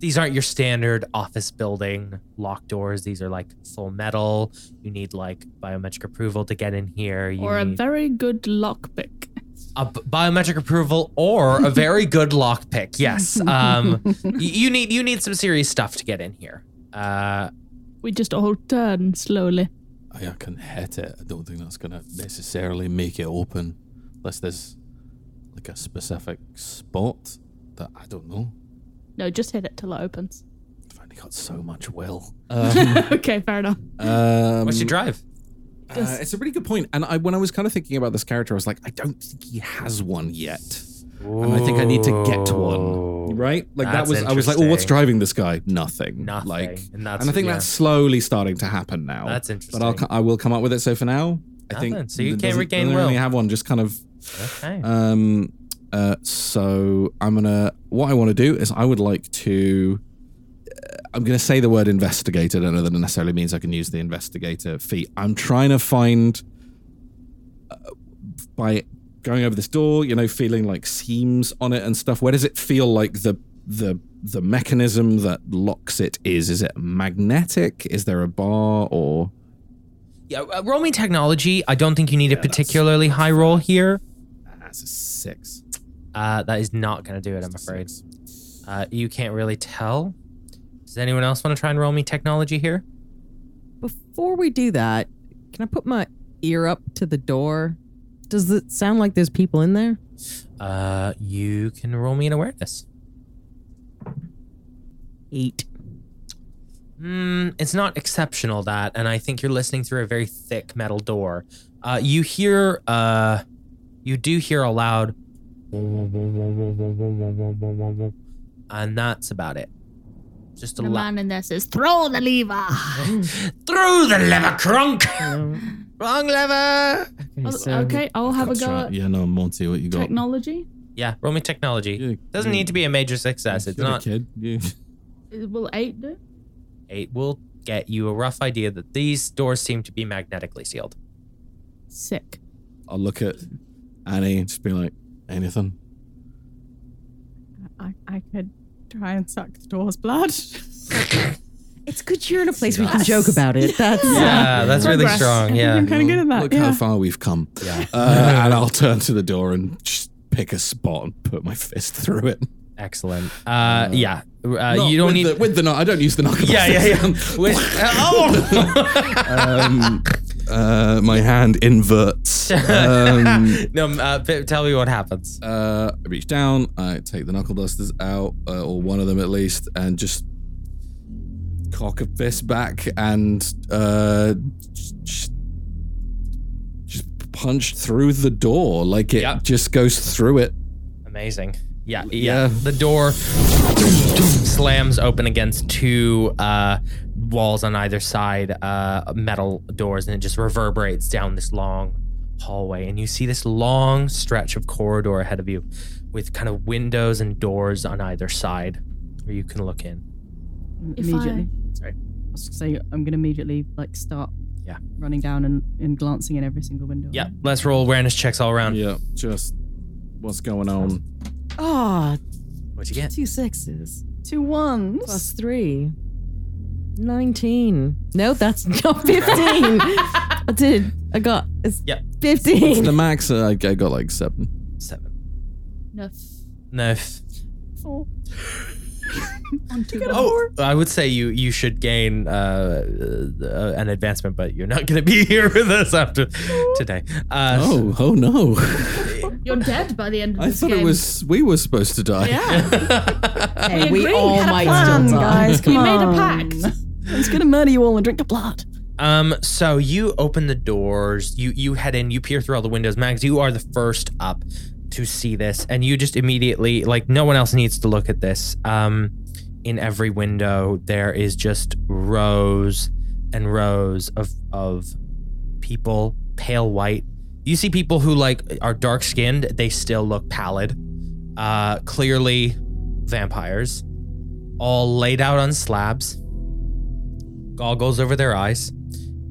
S1: these aren't your standard office building lock doors. These are like full metal. You need like biometric approval to get in here. You
S7: Or a
S1: need
S7: very good lockpick.
S1: a b- biometric approval or a
S6: <laughs>
S1: very good lockpick. Yes. Um, y- you need you need some serious stuff to get in here. Uh,
S7: We just all turn slowly.
S6: I, I can hit it. I don't think that's going to necessarily make it open unless there's like a specific spot that I don't know.
S7: No, just hit it till it opens. <laughs>
S6: I've only got so much will.
S7: okay, fair enough.
S6: Um,
S1: what's your drive?
S6: Uh, it's a really good point. And I, when I was kind of thinking about this character, I was like, I don't think he has one yet. And I think I need to get to one. Right? Like
S1: That's
S6: that was I was like, well, what's
S1: interesting.
S6: driving this guy? Nothing.
S1: Nothing.
S6: Like
S1: and, that's,
S6: and I think
S1: yeah.
S6: that's slowly starting to happen now.
S1: That's
S6: Um, But I'll
S1: interesting.
S6: co- I will come up with it. So for now, I
S1: Nothing.
S6: think
S1: So you
S6: th-
S1: can't
S6: doesn't-
S1: regain
S6: doesn't really
S1: will.
S6: have one. Just kind of.
S1: okay.
S6: Um. Uh. So I'm gonna. What I want to do is I would like to. uh, I'm gonna say the word investigator. I don't know that it necessarily means I can use the investigator feat. I'm trying to find. uh, by going over this door, you know, feeling like seams on it and stuff. Where does it feel like the the the mechanism that locks it is? Is it magnetic? Is there a bar or?
S1: yeah, uh, roll me technology. I don't think you need a particularly high roll here.
S6: That's a six.
S1: Uh, that is not going to do it, I'm afraid. Uh, you can't really tell. Does anyone else want to try and roll me technology here?
S5: Before we do that, can I put my ear up to the door? Does it sound like there's people in there?
S1: Uh, you can roll me an awareness.
S5: Eight.
S1: Mm, it's not exceptional that, and I think you're listening through a very thick metal door. Uh, you hear, uh, you do hear a loud, and that's about it. Just a
S7: The
S1: loud
S7: man in there says, "Throw
S6: <laughs>
S7: the lever."
S1: through the lever, crunk. Wrong lever.
S5: Okay, so
S7: okay, I'll have a
S6: That's
S7: go
S6: right.
S7: at
S6: Yeah, no, Monty, what you got?
S7: technology.
S1: Yeah, roll me technology.
S6: You-
S1: Doesn't
S6: you-
S1: need to be a major success. It's
S6: you're a
S1: not.
S6: kid. You-
S7: Is- Will eight do?
S1: It will get you a rough idea that these doors seem to be magnetically sealed.
S7: Sick.
S6: <laughs> I'll look at Annie and just be like, anything.
S4: I, I could try and suck the door's blood.
S5: It's good you're in a place where you can joke about it. That's
S1: Yeah, that's really
S7: Progress.
S1: strong. Yeah.
S6: <laughs>
S4: I'm kind of good at that.
S6: Look
S4: yeah.
S6: how far
S1: <laughs>
S6: we've come. Uh, and I'll turn to the door and just pick a spot and put my fist through it.
S1: Excellent. Uh, yeah. Uh,
S6: Not
S1: you don't
S6: with
S1: need.
S6: the, with the knock. I don't use the knock.
S1: yeah, yeah, yeah.
S6: <laughs>
S1: With- <laughs> oh!
S6: um, uh, my hand
S1: <laughs>
S6: inverts. Um,
S1: <laughs> no, uh, p- tell me what happens.
S6: Uh, I reach down, I take the knuckle dusters out, uh, or one of them at least, and just cock a fist back and uh, just, just punch through the door. Like it
S1: Yep.
S6: just goes through it.
S1: Amazing. Yeah,
S6: Yeah.
S1: yeah. The door slams open against two uh, walls on either side, uh, metal doors, and it just reverberates down this long hallway. And you see this long stretch of corridor ahead of you with kind of windows and doors on either side where you can look in.
S7: If
S4: immediately.
S1: Sorry.
S4: I was just saying I'm gonna immediately like start
S1: Yeah.
S4: running down and, and glancing in every single window.
S1: Yeah, let's roll awareness checks all around.
S6: Yeah, just what's going on?
S5: Ah,
S1: What'd you get?
S5: two sixes.
S4: Two ones. <laughs>
S5: plus three. 19. No, that's <laughs> not 15. I did. I got it's
S1: Yep.
S5: 15.
S6: The max, uh, I, I got like seven.
S1: Seven.
S4: <laughs>
S7: No.
S1: No. f-
S7: One, two,
S1: Oh, I would say you you should gain uh, uh, an advancement, but you're not going to be <laughs> here with us after today. Uh,
S6: Oh, oh no! <laughs>
S7: You're dead by the end of
S6: I
S7: this
S6: thought
S7: game.
S6: it was we were supposed to die.
S1: <laughs>
S5: Hey, we
S4: agreed,
S5: all
S4: had a
S5: might
S4: plan,
S5: still die.
S4: guys. Come
S7: We made a
S4: on.
S7: pact.
S4: I'm just gonna murder you all and drink your blood.
S1: Um, so you open the doors, you you head in, you peer through all the windows. Mags, you are the first up to see this, and you just immediately like no one else needs to look at this. Um, in every window there is just rows and rows of of people, pale white. You see people who like are dark skinned, they still look pallid. Uh, clearly vampires, all laid out on slabs, goggles over their eyes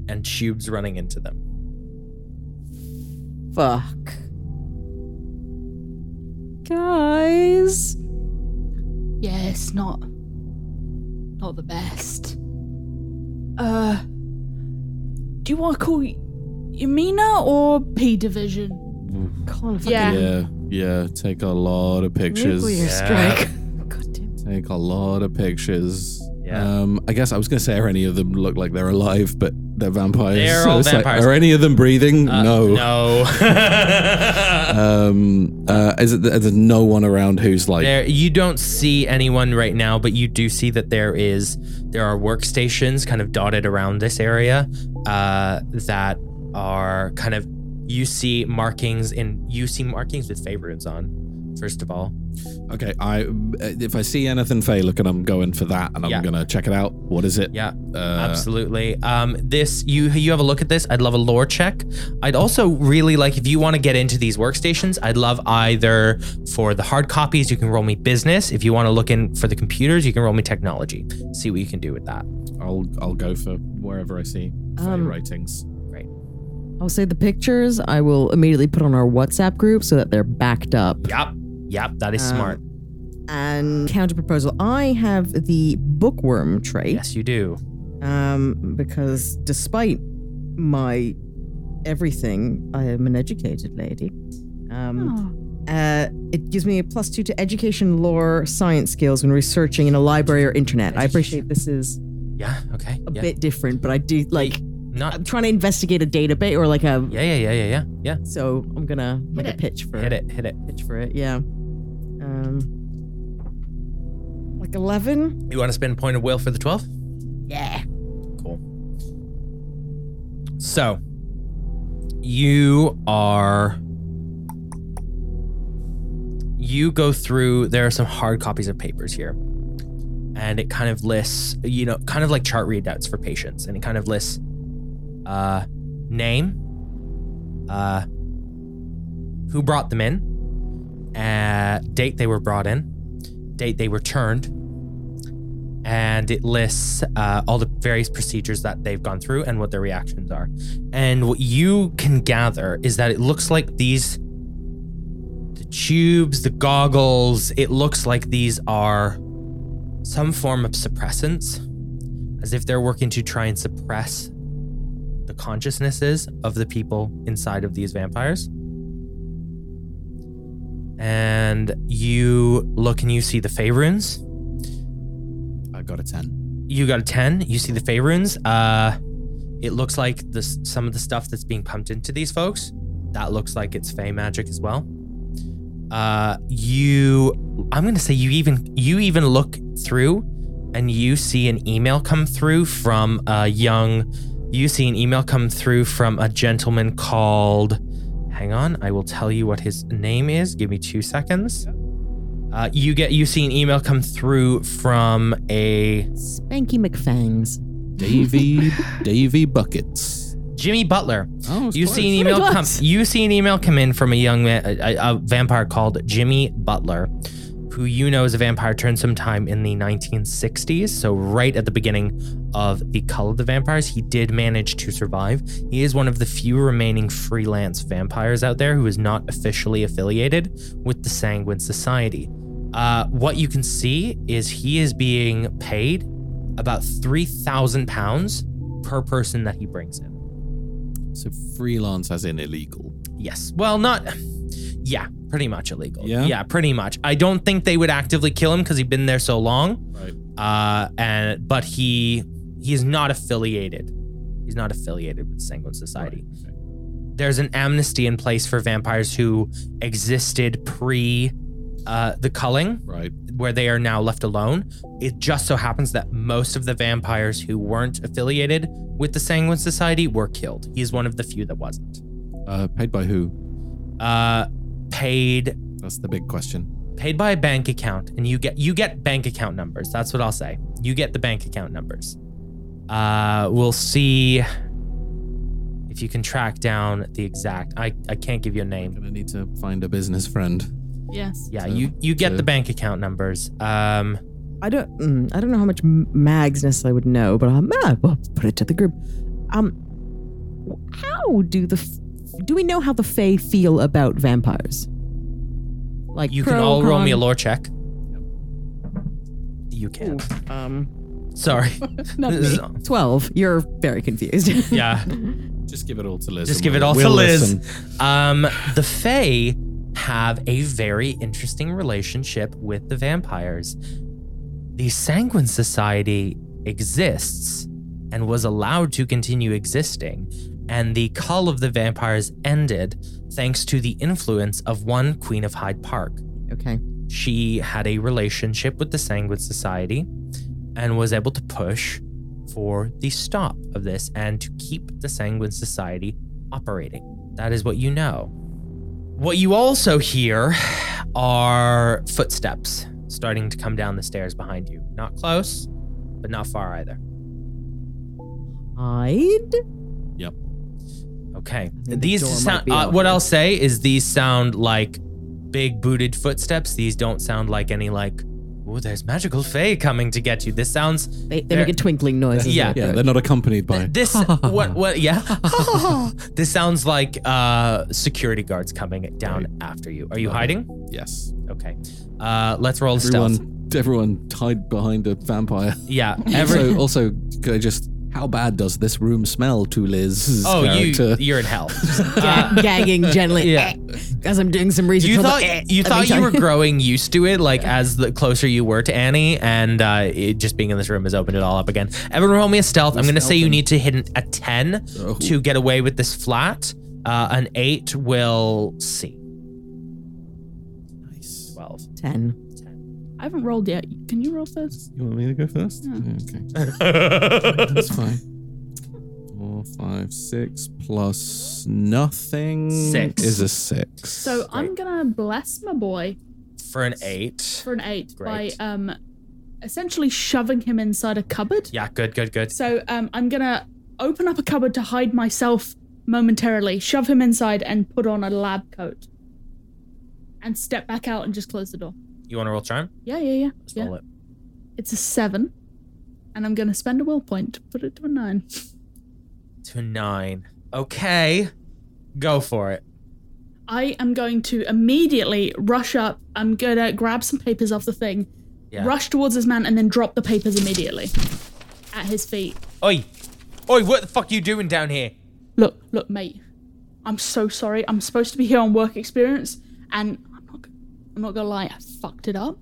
S1: and tubes running into them.
S5: Fuck.
S8: guys.
S7: Yeah, it's not not the best. Uh do you wanna call y- Yamina or P Division?
S8: Colin, fucking
S7: Yeah.
S6: <laughs> Yeah, yeah. Take a lot of pictures.
S8: nuclear strike. God damn.
S6: Take a lot of pictures.
S1: Yeah.
S6: Um, I guess I was gonna say, are any of them look like they're alive, but they're vampires?
S1: They're
S6: So
S1: all
S6: it's like,
S1: vampires.
S6: are any of them breathing?
S1: Uh,
S6: no. <laughs>
S1: No.
S6: Um. Uh. Is it? There's no one around who's like.
S1: there you don't see anyone right now, but you do see that there is there are workstations kind of dotted around this area uh, that are kind of you see markings and you see markings with favorites on. First of all,
S6: Okay. I. uh, If I see anything Faye looking, I'm going for that, and I'm
S1: Yeah.
S6: gonna check it out. What is it?
S1: yeah,
S6: Uh,
S1: Absolutely. Um, this you you have a look at this. I'd love a lore check. I'd also really like if you want to get into these workstations. I'd love either for the hard copies you can roll me business. If you want to look in for the computers, you can roll me technology. See what you can do with that.
S6: I'll. I'll go for wherever I see Faye
S5: Um,
S6: writings.
S5: I'll say the pictures I will immediately put on our WhatsApp group so that they're backed up.
S1: Yep, yep, that is
S5: Um,
S1: smart.
S5: And counter proposal I have the bookworm trait.
S1: Yes, you do.
S5: Um, because despite my everything, I am an educated lady. Um, uh, it gives me a plus two to education, lore, science skills when researching in a library or internet. I appreciate this is
S1: Yeah. Okay.
S5: a
S1: yeah.
S5: bit different, but I do like
S1: Not.
S5: I'm trying to investigate a database or like a
S1: Yeah. Yeah. Yeah. Yeah. Yeah. Yeah.
S5: so I'm gonna make a
S1: it.
S5: pitch for
S1: Hit it. Hit it.
S5: Pitch for it, yeah. Um, like eleven.
S1: You want to spend a point of will for the twelve?
S5: Yeah.
S1: Cool. So, you are. You go through, there are some hard copies of papers here. And it kind of lists, you know, kind of like chart readouts for patients. And it kind of lists uh, name, uh, who brought them in, uh, date they were brought in, date they returned, and it lists uh, all the various procedures that they've gone through and what their reactions are. And what you can gather is that it looks like these the tubes, the goggles, it looks like these are some form of suppressants, as if they're working to try and suppress the consciousnesses of the people inside of these vampires. And you look and you see the Faerun's
S6: I got a ten.
S1: you got a 10 you see the fey runes uh it looks like this some of the stuff that's being pumped into these folks that looks like it's fey magic as well uh you i'm gonna say you even you even look through and you see an email come through from a young you see an email come through from a gentleman called hang on i will tell you what his name is give me two seconds uh, you get you see an email come through from a
S5: Spanky McFangs.
S6: <laughs> Davy. Davy buckets.
S1: Jimmy Butler.
S6: Oh, of
S1: You
S6: course.
S1: see an email come. You see an email come in from a young man, a, a- a vampire called Jimmy Butler, who you know is a vampire turned sometime in the 1960s. So right at the beginning of the Cull of the Vampires, he did manage to survive. He is one of the few remaining freelance vampires out there who is not officially affiliated with the Sanguine Society. Uh, what you can see is he is being paid about three thousand pounds per person that he brings in.
S6: So freelance as in illegal.
S1: Yes. Well, not. Yeah, pretty much illegal.
S6: Yeah?
S1: pretty much. I don't think they would actively kill him because he'd been there so long.
S6: Right.
S1: Uh, and but he he is not affiliated. He's not affiliated with the Sanguine Society. There's an amnesty in place for vampires who existed pre uh, the culling
S6: Right.
S1: where they are now left alone. It just so happens that most of the vampires who weren't affiliated with the Sanguine Society were killed. He is one of the few that wasn't.
S6: Uh, paid by who?
S1: Uh, paid
S6: That's the big question.
S1: paid by a bank account, and you get you get bank account numbers. That's what I'll say. You get the bank account numbers. Uh, we'll see if you can track down the exact. I I can't give you a
S6: I'm
S1: name.
S6: gonna need to find a business friend.
S7: Yes.
S1: Yeah,
S6: So-
S1: you you get
S6: so-
S1: the bank account numbers. Um,
S5: I don't. Mm, I don't know how much m- mags necessarily would know, but I'm. Ah, well, put it to the group. Um, how do the f- do we know how the Fae feel about vampires? Like
S1: You can all roll me a
S5: pro-con-
S1: lore check. You can.
S5: Um,
S1: Sorry.
S4: Not
S1: This is-
S5: 12. You're very confused.
S1: <laughs>
S5: <laughs>
S1: yeah.
S6: Just give it all to Liz.
S1: Just
S6: and
S1: give it
S6: we'll-
S1: all to
S6: we'll
S1: Liz.
S6: listen.
S1: Um, the Fae have a very interesting relationship with the vampires. The Sanguine Society exists and was allowed to continue existing, and the Call of the Vampires ended thanks to the influence of one Queen of Hyde Park.
S5: okay.
S1: she had a relationship with the Sanguine Society and was able to push for the stop of this and to keep the Sanguine Society operating. That is what you know. What you also hear are footsteps starting to come down the stairs behind you. Not close, but not far either.
S5: Hide?
S1: Okay.
S5: think the
S1: These
S5: door might
S1: sound.
S5: be
S1: Uh,
S5: out
S1: what
S5: here.
S1: I'll say is these sound like big booted footsteps. These don't sound like any like. Oh, there's magical fae coming to get you. This sounds
S5: They, they
S1: There-
S5: make a twinkling noise.
S1: Yeah.
S6: Yeah, they're not accompanied by. <laughs>
S1: This what what yeah. this sounds like uh security guards coming down after you. Are you hiding?
S6: Yes.
S1: Okay. Uh let's roll stealth.
S6: Everyone, everyone hide behind a vampire. <laughs>
S1: Yeah.
S6: So
S1: Every
S6: also, could I just? How bad does this room smell to Liz's
S1: Oh, you
S6: character?
S1: you're in
S6: <laughs>
S1: hell.
S5: Ga- gagging gently.
S1: Uh, <laughs> yeah.
S5: As I'm doing some research.
S1: You
S5: for the- eh,
S1: thought you
S5: every
S1: thought you
S5: time.
S1: were
S5: <laughs>
S1: growing used to it, like as the closer you were to Annie, and uh, it, just being in this room has opened it all up again. Everyone, roll me a stealth. I'm gonna say you
S6: stealthing.
S1: need to hit an, a ten
S6: Oh.
S1: to get away with this flat. Uh, an eight will see.
S6: Nice.
S1: Twelve.
S5: 10.
S7: I haven't rolled yet. Can you roll first?
S6: You want me to go first?
S7: Yeah.
S6: Yeah,
S1: <laughs>
S6: okay. That's fine. Four, five, six plus nothing
S1: Six.
S6: is a six.
S7: So I'm gonna bless my boy
S1: for an eight.
S7: for an eight
S1: Great.
S7: by um, essentially shoving him inside a cupboard.
S1: Yeah, good, good, good.
S7: So um, I'm gonna open up a cupboard to hide myself momentarily, shove him inside, and put on a lab coat, and step back out and just close the door.
S1: You want to roll charm?
S7: Yeah, yeah, yeah.
S1: Let's
S7: yeah.
S1: roll it.
S7: It's a seven, and I'm gonna spend a will point to put it to a nine.
S1: To nine. Okay, go for it.
S7: I am going to immediately rush up. I'm gonna grab some papers off the thing,
S1: Yeah.
S7: rush towards this man, and then drop the papers immediately at his feet.
S1: Oi, oi, what the fuck you doing down here?
S7: Look, look, mate. I'm so sorry. I'm supposed to be here on work experience, and I'm not. I'm not gonna lie. I fucked it up.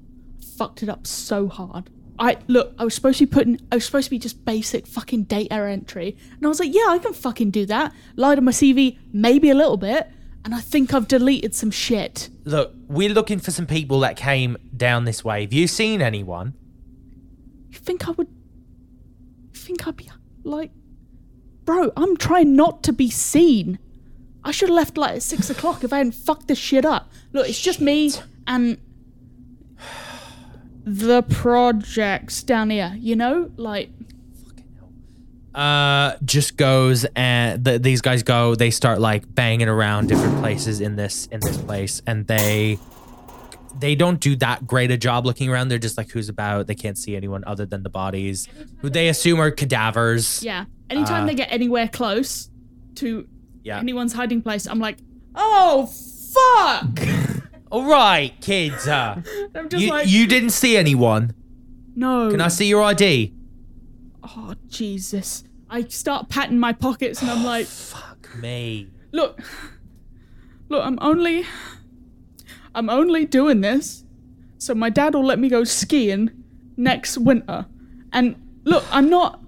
S7: Fucked it up so hard. I look. I was supposed to be putting. I was supposed to be just basic fucking data entry, and I was like, yeah, I can fucking do that. Lied on my CV, maybe a little bit, and I think I've deleted some shit.
S1: Look, we're looking for some people that came down this way. Have you seen anyone?
S7: You think I would? You think I'd be like, bro? I'm trying not to be seen. I should have left like at six o'clock if I hadn't fucked this shit up. Look, it's just me and the projects down here. You know, like
S1: uh just goes and th- these guys go they start like banging around different places in this in this place and they they don't do that great a job looking around they're just like who's about they can't see anyone other than the bodies who they assume are cadavers
S7: yeah. Anytime
S1: Uh,
S7: they get anywhere close to
S1: Yeah.
S7: anyone's hiding place, I'm like, oh fuck.
S1: all right kids uh,
S7: <laughs> I'm just
S1: you,
S7: like,
S1: you didn't see anyone
S7: no.
S1: can i see your id
S7: oh Jesus. I start patting my pockets and I'm like.
S1: fuck me
S7: look look i'm only i'm only doing this so my dad will let me go skiing next winter and look i'm not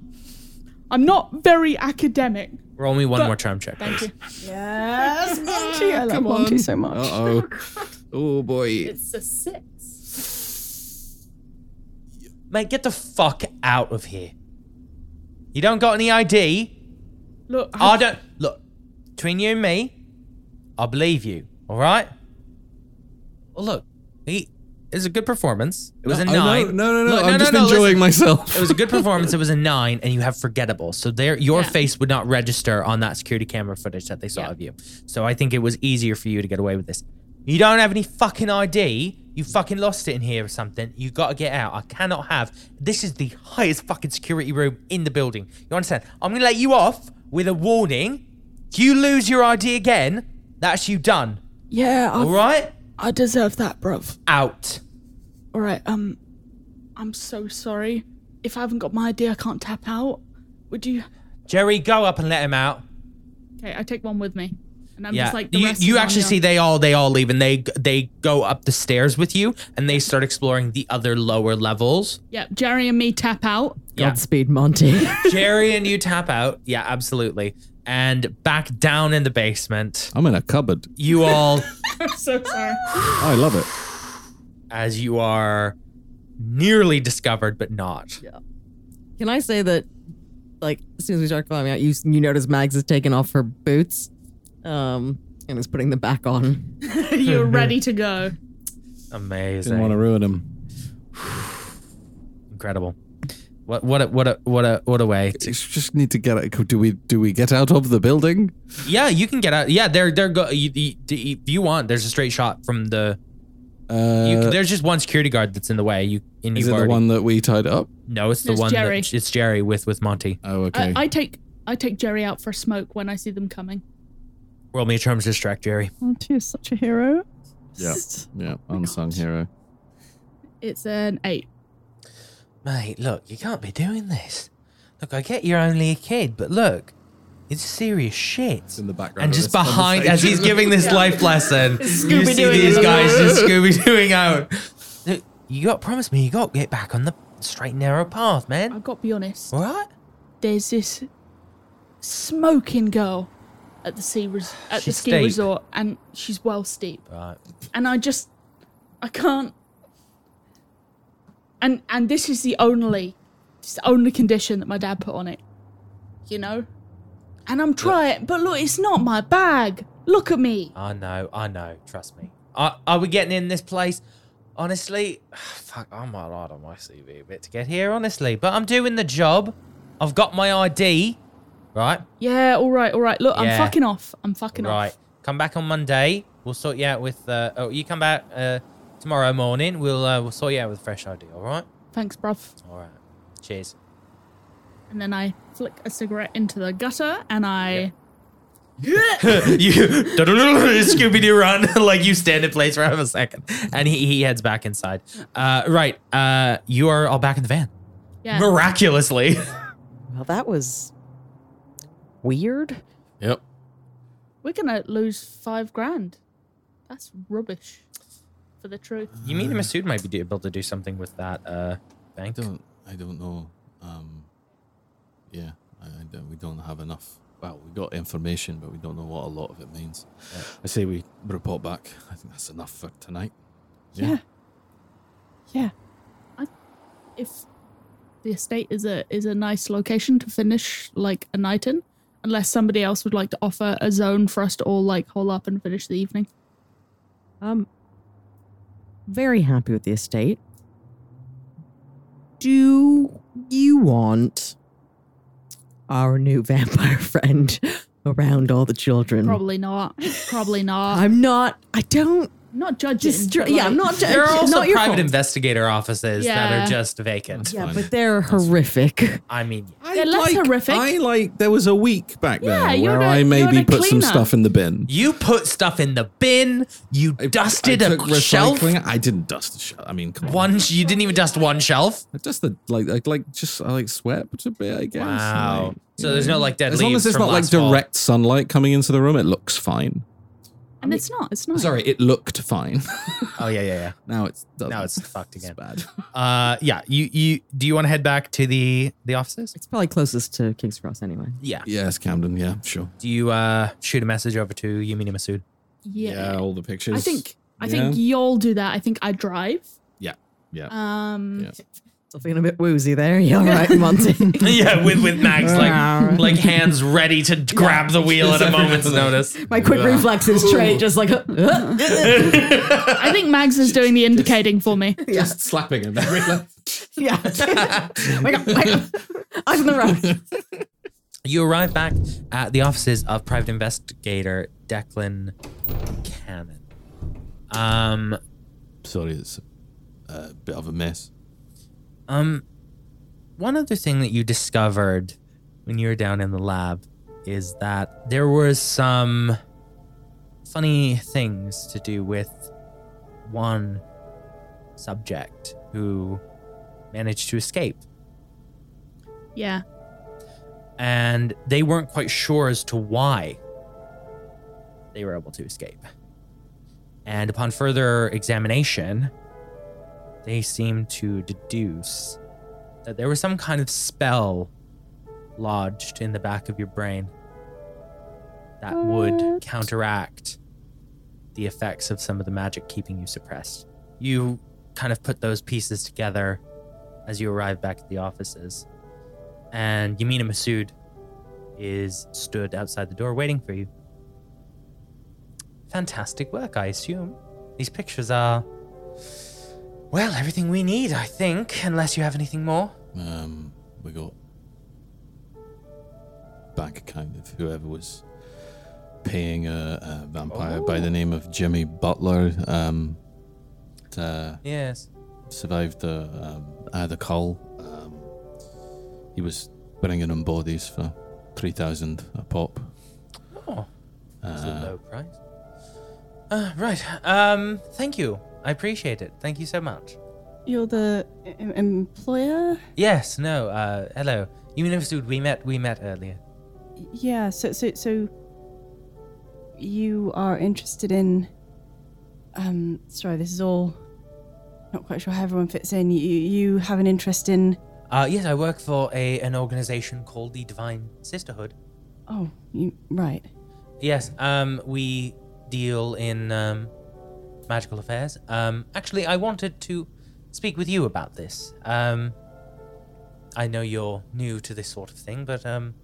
S7: i'm not very academic
S1: roll me one
S7: But-
S1: more charm check
S7: thank you
S9: Yes, Monty.
S4: I love Monty so much.
S6: Uh oh. Oh boy.
S7: it's a six
S1: mate get the fuck out of here you don't got any id
S7: look
S1: I
S7: I,
S1: don't look between you and me. I believe you. All right. Well, look, he it was a good performance. It was a
S6: I know-
S1: nine.
S6: No, no, no.
S1: Look,
S6: I'm just
S1: listen.
S6: enjoying myself.
S1: It was a
S6: <laughs>
S1: good performance. It was a nine, and you have forgettable. So there, your
S7: Yeah.
S1: face would not register on that security camera footage that they saw of you. So I think it was easier for you to get away with this. You don't have any fucking ID. You fucking lost it in here or something. You got to get out. I cannot have. This is the highest fucking security room in the building. You understand? I'm gonna let you off with a warning. If you lose your ID again, that's you done.
S9: Yeah,
S1: All
S9: I've,
S1: right?
S7: I deserve that, bruv.
S1: Out.
S7: All right. Um, I'm so sorry. If I haven't got my ID, I can't tap out. Would you?
S1: Jerry, go up and let him out.
S7: Okay, I take one with me, and I'm
S1: yeah.
S7: just like the
S1: you
S7: rest
S1: you
S7: is on
S1: actually
S7: your-
S1: see they all they all leave and they they go up the stairs with you and they start exploring the other lower levels.
S7: Yep, Jerry and me
S1: <laughs>
S7: tap out.
S1: Yeah.
S5: Godspeed, Monty. <laughs>
S1: Jerry and you tap out. Yeah, absolutely. And back down in the basement,
S6: I'm in a cupboard.
S1: you
S7: <laughs>
S1: all
S7: I'm so sorry.
S6: I love it.
S1: as you are nearly discovered but not.
S5: Can I say that, like, as soon as we start climbing out, you you notice Mags has taken off her boots, um, and is putting them back on.
S7: <laughs>
S1: <laughs>
S7: You're ready to go.
S1: Amazing.
S6: Didn't want to ruin him.
S1: Incredible. What what a what a what a what a way.
S6: <laughs>
S1: to-
S6: just need to get out. Do we do we get out of the building?
S1: yeah, you can get out. Yeah, they're they're go you, you, if you want, there's a straight shot from the you,
S6: Uh,
S1: there's just one security guard that's in the way. You and
S6: is
S1: you've
S6: it the
S1: already-
S6: one that we tied up?
S1: No, it's the
S7: It's
S1: one
S7: Jerry.
S1: that it's Jerry with with Monty.
S6: Oh, okay.
S7: I, I take I take Jerry out for a smoke when I see them coming.
S1: Roll me a charms distract, Jerry.
S4: Monty is such a hero.
S6: Yeah. yeah, unsung hero.
S7: It's an eight.
S1: Mate, look, you can't be doing this. Look, I get you're only a kid, but look, it's serious shit.
S6: It's in the background.
S1: And
S6: of
S1: just
S6: this
S1: behind, as he's
S6: conversation.
S1: giving this life lesson, you see
S8: Scooby-Dooing
S1: these
S8: it.
S1: guys just Scooby Dooing out. Look, you got promise me you got to get back on the straight and narrow path, man.
S7: I've got to be honest.
S1: All right?
S7: There's this smoking girl at the sea res- at
S1: She's
S7: the ski
S1: steep.
S7: resort, and she's well steep.
S1: Right.
S7: and I just I can't. And and this is the only, it's the only condition that my dad put on it, you know. And I'm trying, but look, it's not my bag. Look at me.
S1: I know, I know. Trust me. Are, are we getting in this place? Honestly, <sighs> fuck, I might light on my CV a bit to get here, honestly. But I'm doing the job. I've got my ID. Right?
S7: Yeah, all right, all right. Look,
S1: Yeah.
S7: I'm fucking off. I'm fucking
S1: right.
S7: off.
S1: Come back on Monday. We'll sort you out with. Uh, oh, you come back uh, tomorrow morning. We'll uh, we'll sort you out with a fresh ID. All right.
S7: Thanks, bruv.
S1: All right. Cheers.
S7: And then I flick a cigarette into the gutter, and I
S1: you <laughs> Scooby Doo run <laughs> like you stand in place for half a second, and he, he heads back inside. Uh, right. Uh, you are all back in the van
S7: yeah.
S1: miraculously.
S8: Well, that was weird.
S6: Yep.
S7: We're gonna lose five grand. That's rubbish. For the truth.
S1: You mean Masood might be do- able to do something with that uh, bank?
S6: don't I don't know. Um, yeah, I, I don't, we don't have enough. Well, we got information, but we don't know what a lot of it means. I say we report back. I think that's enough for tonight. Yeah.
S4: Yeah. Yeah.
S7: if the estate is a is a nice location to finish like a night in, unless somebody else would like to offer a zone for us to all like hole up and finish the evening.
S5: Um, very happy with the estate. Do you want our new vampire <laughs> friend around all the children?
S7: Probably not. Probably not. I'm
S5: I'm not. I don't.
S7: not judging.
S5: Distra-
S7: but,
S5: yeah,
S7: like,
S5: I'm <laughs> not.
S1: There are also
S5: not your
S1: private
S5: fault.
S1: investigator offices that
S7: Yeah.
S1: are just vacant.
S5: Yeah,
S6: Fine.
S5: but they're horrific.
S1: I mean,
S7: They're less horrific.
S6: I like. There was a week back
S7: Yeah,
S6: there
S7: you're
S6: where
S7: the-
S6: I
S7: you're
S6: maybe
S7: the
S6: put some
S7: cleaner.
S6: stuff in the bin.
S1: you put stuff in the bin. You
S6: I-
S1: dusted
S6: I
S1: a
S6: took
S1: shelf.
S6: recycling- I didn't dust the shelf. I mean, come on.
S1: One. You didn't even dust one shelf.
S6: I just the like, like, like, just I like swept a bit. I guess.
S1: Wow.
S6: Like,
S1: So
S6: you
S1: there's no, like, dead
S6: As long
S1: leaves
S6: as it's
S1: from
S6: not like
S1: last fall.
S6: direct sunlight coming into the room, it looks fine.
S7: and it's not. It's
S1: Hmm.
S7: not.
S6: Sorry, it looked fine. <laughs>
S1: Oh yeah, yeah,
S6: now it's doesn't.
S1: Now it's fucked again.
S6: bad.
S1: yeah. Uh, yeah. You, you. Do you want to head back to the the offices?
S5: It's probably closest to King's Cross anyway.
S1: Yeah.
S6: Yes, Camden. Yeah, sure.
S1: Do you uh shoot a message over to Yumini Masood?
S7: Yeah.
S6: all the pictures.
S7: I think. I think y'all do that. I think I drive.
S6: Yeah, yeah,
S7: Um.
S6: yeah.
S5: Still feeling a bit woozy there. <laughs> You all right, Monty?
S1: <laughs> yeah, with with Max
S5: <laughs>
S1: like like hands ready to grab the wheel at <laughs> a moment's notice.
S5: My quick reflexes trait just like. <laughs> uh, uh.
S7: I think Mags is doing the indicating for me.
S6: <laughs> Just slapping <laughs> him.
S5: Yeah. wake up, wake <laughs> up. Eyes on the road.
S1: You arrive back at the offices of private investigator Declan Cannon. Um,
S6: Sorry, it's a bit of a mess.
S1: um, one other thing that you discovered when you were down in the lab is that there were some funny things to do with one subject who managed to escape.
S7: Yeah.
S1: and they weren't quite sure as to why they were able to escape. And upon further examination, they seemed to deduce that there was some kind of spell lodged in the back of your brain that would counteract the effects of some of the magic keeping you suppressed. You kind of put those pieces together as you arrive back at the offices and Yamina Masood is stood outside the door waiting for you. Fantastic work, I assume. These pictures are, well, everything we need, I think, unless you have anything more.
S6: Um, we got bank account of whoever was paying a, a vampire by the name of Jimmy Butler. Um, to,
S1: Yes.
S6: survived the um, either call. Um, he was bringing in bodies for three thousand a pop.
S1: Oh, that's
S6: Uh,
S1: a low price. Uh, right. Um, thank you. I appreciate it. Thank you so much.
S9: You're the em- employer?
S1: Yes. No. Uh, hello. Yamina Masood. We met. We met earlier.
S9: Yeah, so so so you are interested in um sorry, this is all not quite sure how everyone fits in. You you have an interest in
S1: Uh, yes, I work for a an organization called the Divine Sisterhood.
S9: oh, you right.
S1: Yes, um, we deal in um, magical affairs. Um, actually, I wanted to speak with you about this. Um, I know you're new to this sort of thing, but um,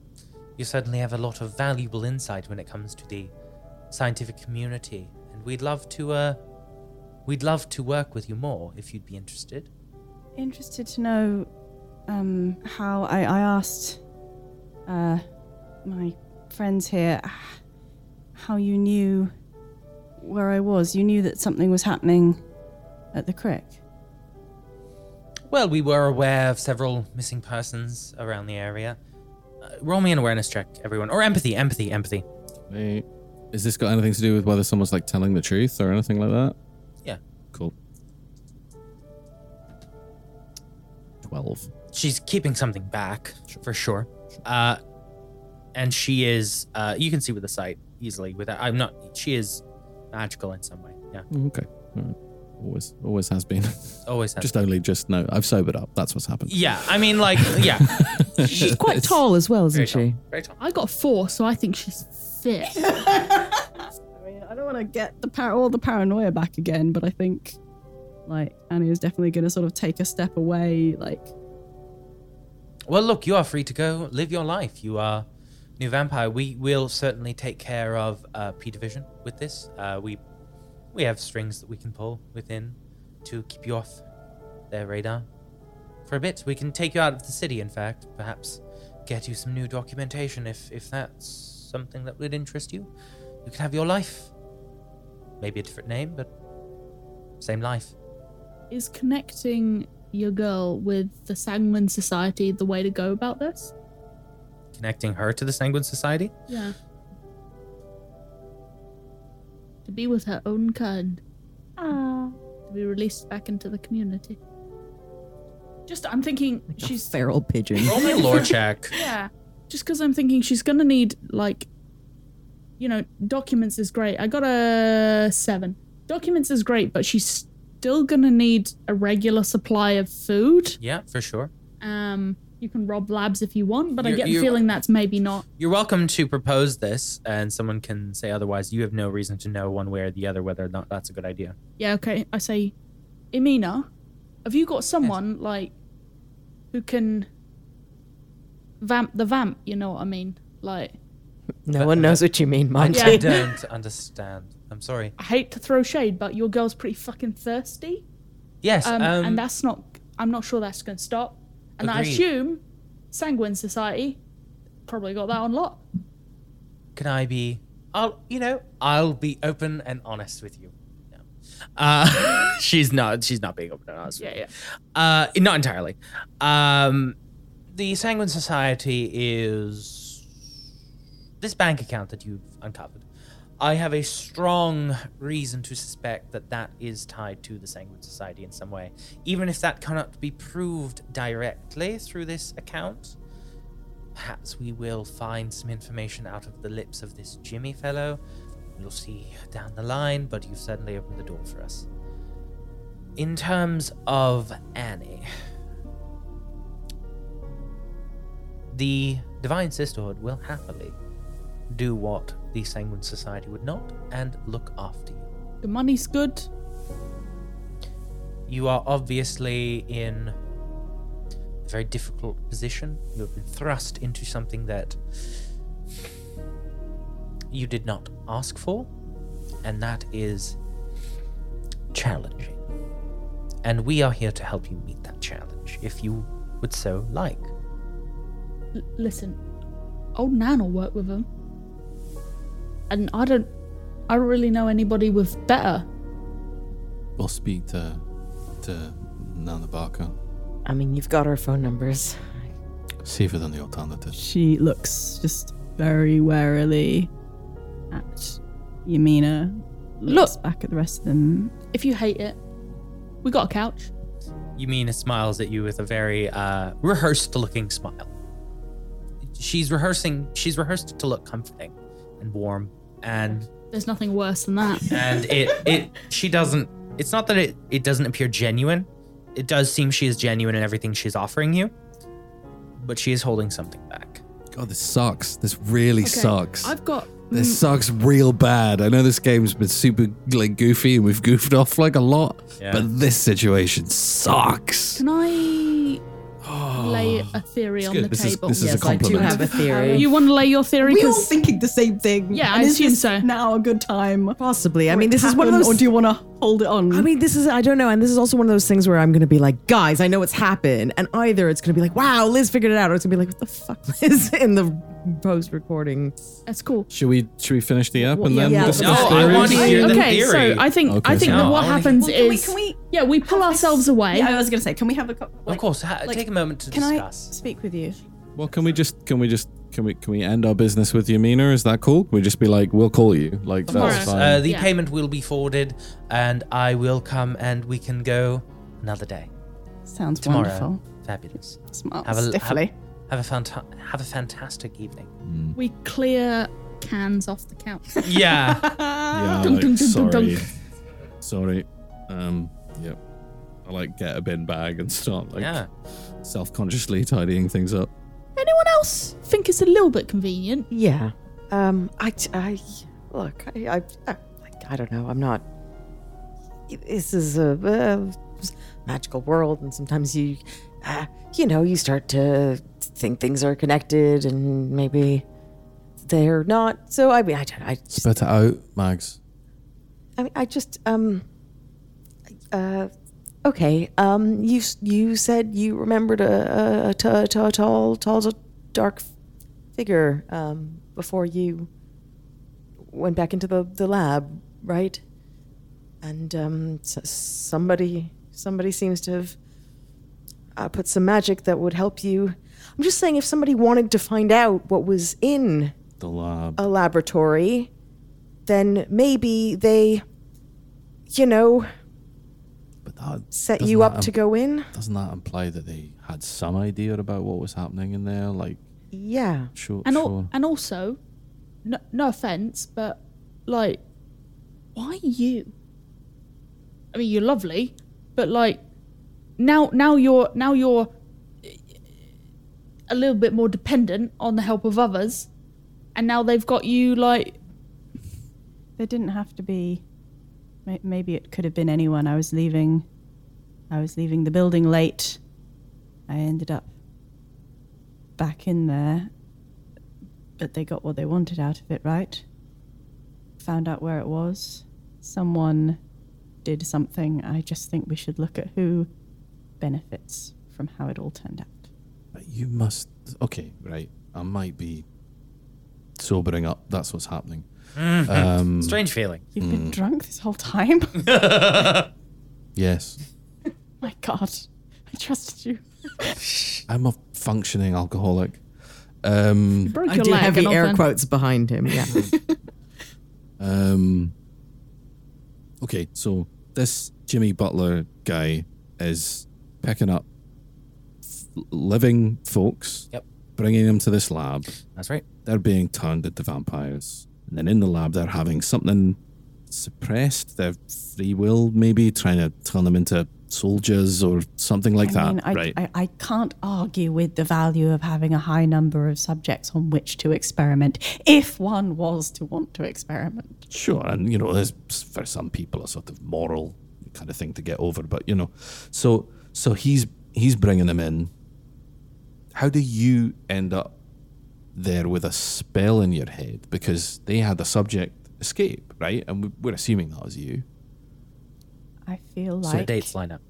S1: you certainly have a lot of valuable insight when it comes to the scientific community, and we'd love to uh, we'd love to work with you more if you'd be interested.
S9: Interested to know um how I, I asked uh my friends here h- how you knew where I was. You knew that something was happening at the crick.
S1: Well, we were aware of several missing persons around the area. Uh, roll me an awareness check, everyone, or empathy, empathy, empathy.
S6: Hey, is this got anything to do with whether someone's like telling the truth or anything like that?
S1: Yeah.
S6: Cool. Twelve.
S1: she's keeping something back for sure. Uh, and she is, uh, you can see with the sight easily. Without, I'm not. She is magical in some way. Yeah,
S6: Okay. All right. Always, always has been. <laughs>
S1: always has.
S6: just only just no. I've sobered up. That's what's happened.
S1: yeah, I mean, like, yeah,
S5: She's quite tall as well, isn't
S1: Very
S5: she?
S1: very tall.
S7: I got four, so I think she's fit.
S4: I mean, I don't want to get the par- all the paranoia back again, but I think like Annie is definitely going to sort of take a step away. Like,
S1: Well, look, you are free to go live your life. You are new vampire. We will certainly take care of uh, P division with this. Uh, we we have strings that we can pull within to keep you off their radar for a bit. We can take you out of the city. In fact, perhaps get you some new documentation if if that's something that would interest you. You can have your life. Maybe a different name, but same life.
S7: Is connecting your girl with the Sanguine Society the way to go about this?
S1: Connecting her to the Sanguine Society.
S7: Yeah. To be with her own kind. Ah. To be released back into the community. Just, I'm thinking she's.
S5: She's feral pigeon.
S1: Roll me a lore check.
S7: Yeah. Just because I'm thinking she's gonna need like, you know, documents is great. I got a seven. Documents is great, but she's still gonna need a regular supply of food.
S1: Yeah, for sure.
S7: Um, you can rob labs if you want, but I
S1: You're-
S7: get the
S1: you're-
S7: feeling that's maybe not.
S1: You're welcome to propose this, and someone can say otherwise. You have no reason to know one way or the other whether or not that's a good
S7: <laughs>
S1: idea.
S7: Yeah. Okay. I say, Emina, have you got someone like who can vamp the vamp? You know what I mean? Like,
S5: No one knows what you mean, Monty.
S1: I don't understand. I'm sorry.
S7: I hate to throw shade, but your girl's pretty fucking thirsty.
S1: Yes, um,
S7: um, and that's not. I'm not sure that's going to stop. And I
S1: Agreed.
S7: assume Sanguine Society probably got that on lock.
S1: can I be? I'll, you know, I'll be open and honest with you. No. Uh, <laughs> she's not. She's not being open and honest. with you.
S7: yeah.
S1: Uh, not entirely. Um, the Sanguine Society is this bank account that you've uncovered. I have a strong reason to suspect that that is tied to the Sanguine Society in some way. Even if that cannot be proved directly through this account, perhaps we will find some information out of the lips of this Jimmy fellow. We'll see down the line, but you've certainly opened the door for us. In terms of Annie, the Divine Sisterhood will happily do what the Sanguine Society would not and look after you.
S7: The money's good.
S1: You are obviously in a very difficult position. You have been thrust into something that you did not ask for, and that is challenging. And we are here to help you meet that challenge if you would so like.
S7: L- listen, old Nan will work with him, and I don't, I don't really know anybody with better.
S6: We'll speak to to Nana Barker.
S5: I mean, you've got our phone numbers.
S6: Safer than the alternative.
S11: She looks just very warily at Yamina. Looks
S7: Look.
S11: back at the rest of them.
S7: If you hate it, we got a couch.
S1: Yumina smiles at you with a very uh, rehearsed looking smile. She's rehearsing, she's rehearsed to look comforting and warm. And
S7: There's nothing worse than
S1: <laughs>
S7: that.
S1: and it it she doesn't it's not that it, it doesn't appear genuine. It does seem she is genuine in everything she's offering you. But she is holding something back.
S12: God, this sucks. This really
S7: Okay,
S12: sucks.
S7: I've got.
S12: This sucks real bad. I know this game's been super like goofy and we've goofed off like a lot,
S1: Yeah.
S12: but this situation sucks.
S7: Can I lay a theory on the
S12: This is
S7: table?
S12: this is a
S3: Yes, I do
S12: compliment.
S3: have a theory.
S7: You want to lay your theory?
S11: We all
S7: 'Cause-
S11: thinking the same thing.
S7: Yeah,
S11: and
S7: I
S11: is
S7: assume
S11: this
S7: so.
S11: Now a good time.
S3: Possibly. I mean, this is one of
S11: Happen,
S3: those.
S11: Or do you want to hold it on?
S3: I mean, this is, I don't know. And this is also one of those things where I'm going to be like, guys, I know what's happened. And either it's going to be like, wow, Liz figured it out, or it's going to be like, what the fuck, <laughs> Liz, in the post recording.
S7: That's cool.
S6: Should we should we finish the app and
S3: yeah,
S6: then
S3: yeah.
S6: discuss
S1: No, I
S6: theories?
S1: want to hear the
S7: okay,
S1: theory.
S7: so I think I
S6: Okay,
S7: think
S6: so-
S7: that
S6: No,
S7: what
S1: I wanna
S7: happens
S11: Well, can we,
S7: is
S11: can we
S7: yeah we pull ourselves away.
S11: Yeah, I was gonna say, can we have a co-
S1: of
S11: like,
S1: course, ha-
S11: like,
S1: take a moment to
S4: Can I
S1: discuss.
S4: speak with you?
S6: Well, can we just can we just can we can we end our business with Yamina? Is that cool? Can we just be like, we'll call you. Like
S1: Of
S6: that's
S7: course.
S6: fine.
S1: Uh, the
S7: Yeah.
S1: payment will be forwarded, and I will come and we can go another day.
S4: Sounds
S1: Tomorrow.
S4: wonderful.
S1: Fabulous.
S4: Smart.
S1: Have a- have-
S4: Stiffly.
S1: Have a fanta- have a fantastic evening.
S7: we clear cans off the couch.
S1: Yeah.
S6: yeah,
S7: Dunk,
S6: like,
S7: dunk, dunk,
S6: sorry,
S7: dunk,
S6: sorry. Um, yep. I like get a bin bag and start
S1: <laughs>
S6: like
S1: yeah.
S6: self-consciously tidying things up.
S7: Anyone else think it's a little bit convenient?
S5: Yeah. Um. I. t- I- Look. I. I. I, I don't know. I'm not. This is a, uh magical world, and sometimes you, uh, you know, you start to think things are connected, and maybe they're not. So I mean, I. don't- I just.
S6: Spit it out, Mags.
S5: I mean, I just. Um. Uh. Okay. Um. You. s- You said you remembered a a, a, t- a, t- a tall, tall, dark figure. Um. Before you went back into the, the lab, right? And um, s- somebody somebody seems to have uh, put some magic that would help you. I'm just saying, if somebody wanted to find out what was in
S6: The lab.
S5: a laboratory, then maybe they, you know,
S6: but that
S5: set
S6: doesn't
S5: you
S6: that
S5: up to
S6: im-
S5: go in.
S6: Doesn't that imply that they had some idea about what was happening in there? Like,
S5: Yeah.
S6: sure,
S7: And al-
S6: sure.
S7: and also, no, no offense, but like, why you? I mean, you're lovely, but like, now now you're now you're eh, a little bit more dependent on the help of others, and now they've got you like
S4: There didn't have to be. may- Maybe it could have been anyone. I was leaving. I was leaving the building late. I ended up back in there, but they got what they wanted out of it, right? Found out where it was. Someone did something. I just think we should look at who benefits from how it all turned out.
S6: But You must. Okay, right. I might be sobering up. That's what's happening.
S7: Mm-hmm.
S6: Um,
S1: Strange feeling.
S4: You've been drunk this whole time? <laughs> Oh
S6: yes.
S4: My God. I trusted you.
S6: I'm a functioning alcoholic. Um,
S7: broke
S3: I do heavy air quotes behind him. Yeah.
S6: Um, okay, so this Jimmy Butler guy is picking up f- living folks,
S1: Yep.
S6: bringing them to this lab.
S1: That's right.
S6: They're being turned into vampires. And then in the lab, they're having something suppressed, their free will, maybe trying to turn them into soldiers or something like
S9: I
S6: that.
S9: mean, I,
S6: right.
S9: I, I can't argue with the value of having a high number of subjects on which to experiment, if one was to want to experiment.
S6: Sure, and you know, there's for some people a sort of moral kind of thing to get over, but you know, so so he's he's bringing them in. How do you end up there with a spell in your head because they had a subject escape, right? And we- we're assuming that was you.
S9: I feel
S1: So the
S9: like
S1: dates line up.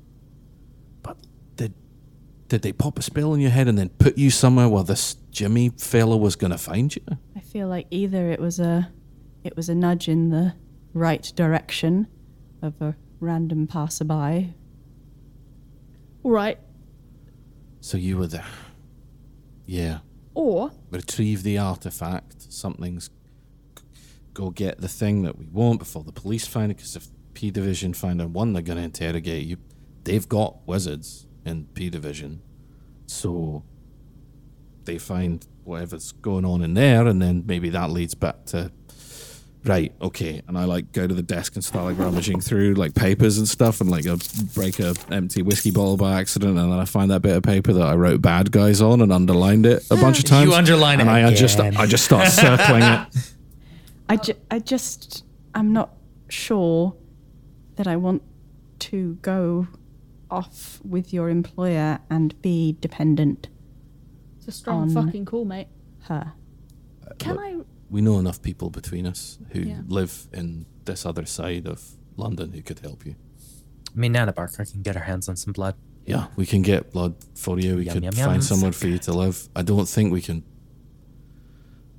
S6: Did did they pop a spell in your head and then put you somewhere where this Jimmy fellow was going to find you?
S9: I feel like either it was a it was a nudge in the right direction of a random passerby.
S7: All right.
S6: So you were there. Yeah.
S7: Or
S6: retrieve the artifact. Something's go get the thing that we want before the police find it. Because if P Division find out one, they're going to interrogate you. They've got wizards in P Division, so they find whatever's going on in there, and then maybe that leads back to. Right, okay, and I like go to the desk and start like rummaging through like papers and stuff, and like I break a empty whiskey bottle by accident, and then I find that bit of paper that I wrote "bad guys" on and underlined it a bunch of times.
S1: You underline it
S6: and I just
S1: again.
S6: I just start
S1: <laughs>
S6: circling it.
S9: I, ju- I just I'm not sure that I want to go off with your employer and be dependent
S7: it's a strong
S9: On-
S7: fucking call, mate.
S9: her.
S7: Can I?
S6: we know enough people between us who
S7: Yeah.
S6: live in this other side of London who could help you.
S1: I mean, Nana Barker can get her hands on some blood.
S6: Yeah, we can get blood for you. We
S1: Yum,
S6: could
S1: yum,
S6: find
S1: yum.
S6: somewhere for you to live. I don't think we can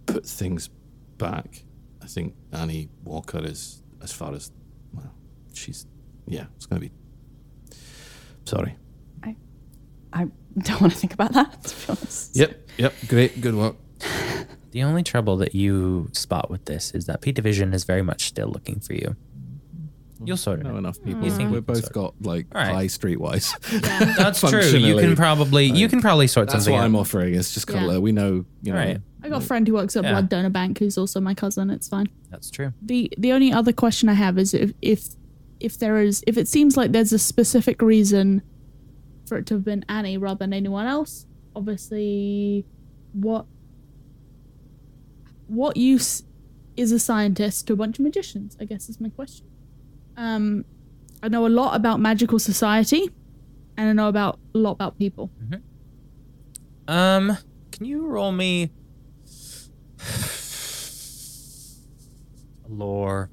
S6: put things back. I think Annie Walker is, as far as, well, she's, yeah, it's going to be. Sorry.
S9: I <laughs> don't want to think about that. To be honest,
S6: Yep, yep, great, good work.
S1: The only trouble that you spot with this is that P Division is very much still looking for you. You'll sort it.
S6: Know
S1: out.
S6: enough people.
S1: You think we
S6: We've
S1: can
S6: both
S1: sort
S6: got like
S1: All right.
S6: high streetwise.
S1: That's true. You can
S6: Functionally.
S1: probably you can probably sort
S6: <laughs> That's
S1: something
S6: what
S1: out.
S6: I'm offering. It's just kind
S7: Yeah.
S6: of like we know, you know.
S1: Right.
S7: I got a friend who works at a
S1: Yeah.
S7: Blood Donor Bank who's also my cousin. It's fine.
S1: That's true.
S7: the the only other question I have is if if if there is if it seems like there's a specific reason for it to have been Annie rather than anyone else. Obviously, what what use is a scientist to a bunch of magicians? I guess is my question. Um, I know a lot about magical society, and I know about a lot about people.
S1: Um, can you roll me <sighs> lore?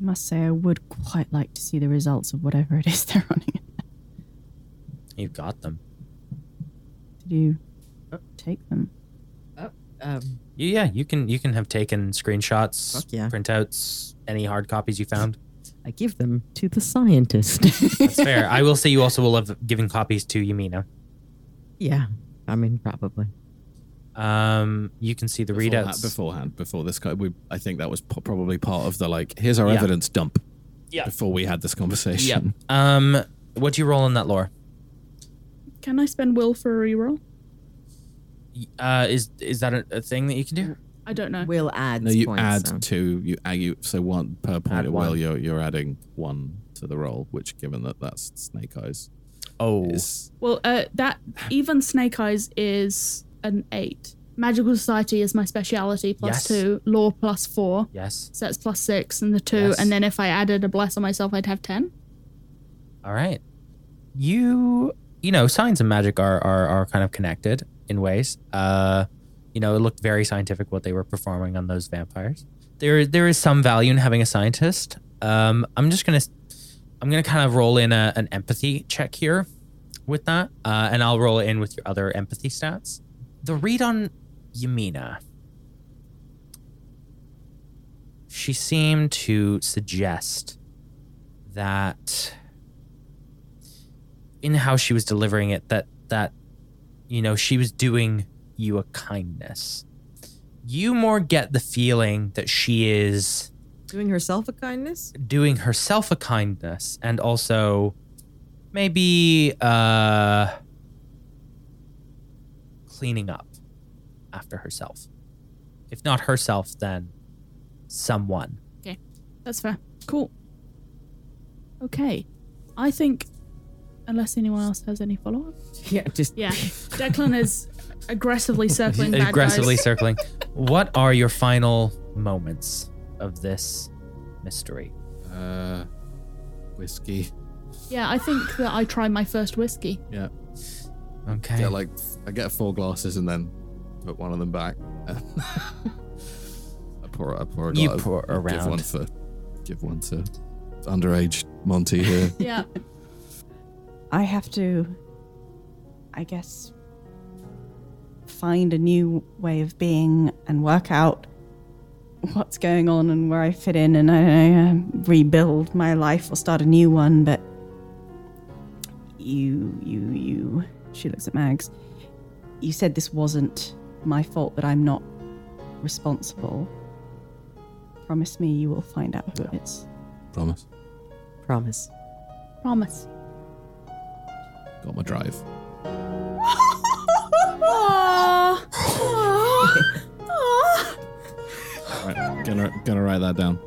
S9: I must say I would quite like to see the results of whatever it is <laughs> they're running.
S1: You've got them.
S9: Did you take them?
S5: Um,
S1: You, yeah, you can you can have taken screenshots,
S5: Fuck yeah.
S1: printouts, any hard copies you found.
S5: I give them to the scientist. <laughs>
S1: That's fair. I will say you also will have given copies to Yumino.
S5: yeah, I mean probably.
S1: Um, you can see the
S6: Beforehand-
S1: readouts.
S6: beforehand before this guy we i think that was po- probably part of the like here's our
S1: Yeah.
S6: evidence dump
S1: Yeah.
S6: before we had this <laughs>
S1: Yep.
S6: conversation
S1: Um, what do you roll on that lore?
S7: Can I spend will for a reroll?
S1: Y- Uh, is is that a, a thing that you can do?
S7: I don't know.
S5: Will add.
S6: no you
S5: points,
S6: add
S5: so.
S6: two you add you so one per point
S1: Add
S6: of will
S1: one.
S6: you're, you're adding one to the roll which given that that's snake eyes
S1: Oh,
S6: is
S7: Well, uh, that even Snake Eyes is an eight. Magical Society is my speciality, plus
S1: Yes.
S7: two. Law plus four.
S1: yes.
S7: So that's plus six and the two.
S1: Yes.
S7: And then if I added a bless on myself, I'd have ten.
S1: All right. You you know, science and magic are are, are kind of connected in ways. Uh you know, it looked very scientific what they were performing on those vampires. There there is some value in having a scientist. Um I'm just going to I'm going to kind of roll in a, an empathy check here with that. Uh and I'll roll it in with your other empathy stats. The read on Yamina. She seemed to suggest that in how she was delivering it that that you know she was doing you a kindness you more get the feeling that she is
S5: Doing herself a kindness?
S1: doing herself a kindness and also maybe uh cleaning up after herself if not herself then someone
S7: That's fair. Cool. Okay. I think, unless anyone else has any follow up.
S5: Yeah, just
S7: Yeah. <laughs> Declan is aggressively circling
S1: <laughs>
S7: bad
S1: aggressively
S7: guys.
S1: circling what are your final moments of this mystery
S6: Uh, whiskey.
S7: Yeah, I think that I try my first whiskey.
S6: Yeah.
S1: okay
S6: Get like I get four glasses and then put one of them back. <laughs> I pour. I pour. A
S1: You
S6: gla-
S1: pour
S6: Give one
S1: around.
S6: for. Give one to underage Monty
S1: <laughs>
S6: here.
S7: Yeah.
S4: I have to, I guess, find a new way of being and work out what's going on and where I fit in, and I, I uh, rebuild my life or start a new one. But you, you, you. She looks at Mags. You said this wasn't my fault, that I'm not responsible. Promise me you will find out who it is.
S6: Promise.
S5: promise.
S7: Promise.
S6: Got my drive. Right, gonna gonna write that down.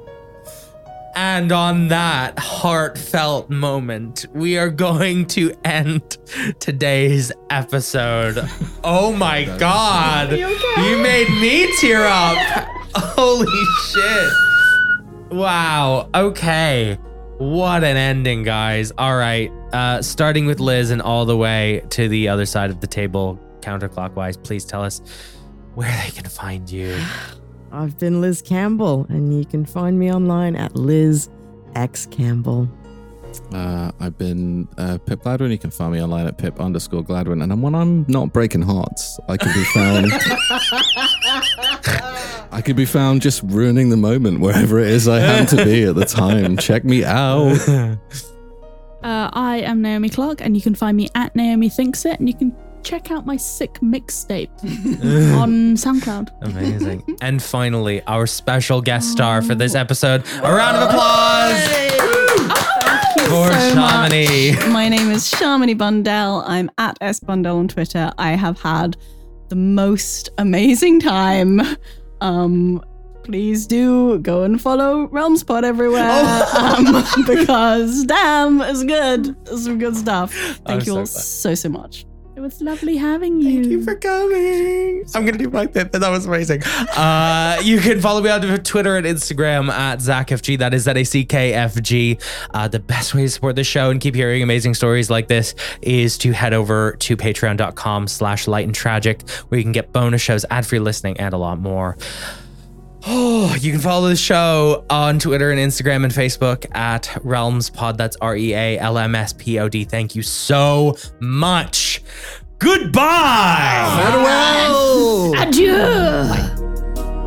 S1: And on that heartfelt moment, we are going to end today's episode. <laughs> Oh my god. You, made me tear up. Holy shit. Wow. Okay. What an ending, guys. All right. Uh, starting with Liz and all the way to the other side of the table counterclockwise, please tell us where they can find <laughs> you.
S5: I've been Liz Campbell, and you can find me online at Liz X Campbell.
S6: Uh, I've been uh, Pip Gladwin. You can find me online at pip underscore Gladwin. And when I'm not breaking hearts, I can be found. I can be found just ruining the moment wherever it is I happen to be at the time. Check me out.
S7: Uh, I am Naomi Clark, and you can find me at Naomi Thinks It, and you can check out my sick
S1: <laughs>
S7: mixtape on SoundCloud.
S1: Amazing. <laughs> and finally, our special guest star for this episode. A round of applause <laughs> for
S4: so much.
S1: Chamonix.
S4: My name is Sharmini Bundell. I'm at S Bundell on Twitter. I have had the most amazing time. Um, please do go and follow Realmspot everywhere um, <laughs> because damn, it's good. It's some good stuff. Thank
S1: I'm
S4: you
S1: so
S4: all
S1: glad.
S4: so so much.
S7: It was lovely having you.
S1: Thank you for coming. I'm gonna do my thing, but that was amazing. Uh, you can follow me on Twitter and Instagram at ZachFG. That is Z A C K F G. Uh, the best way to support the show and keep hearing amazing stories like this is to head over to Patreon.com/slash Light and Tragic, where you can get bonus shows, ad-free listening, and a lot more. Oh, you can follow the show on Twitter and Instagram and Facebook at Realms Pod. That's R E A L M S P O D. Thank you so much. Goodbye.
S3: Farewell.
S7: Adieu.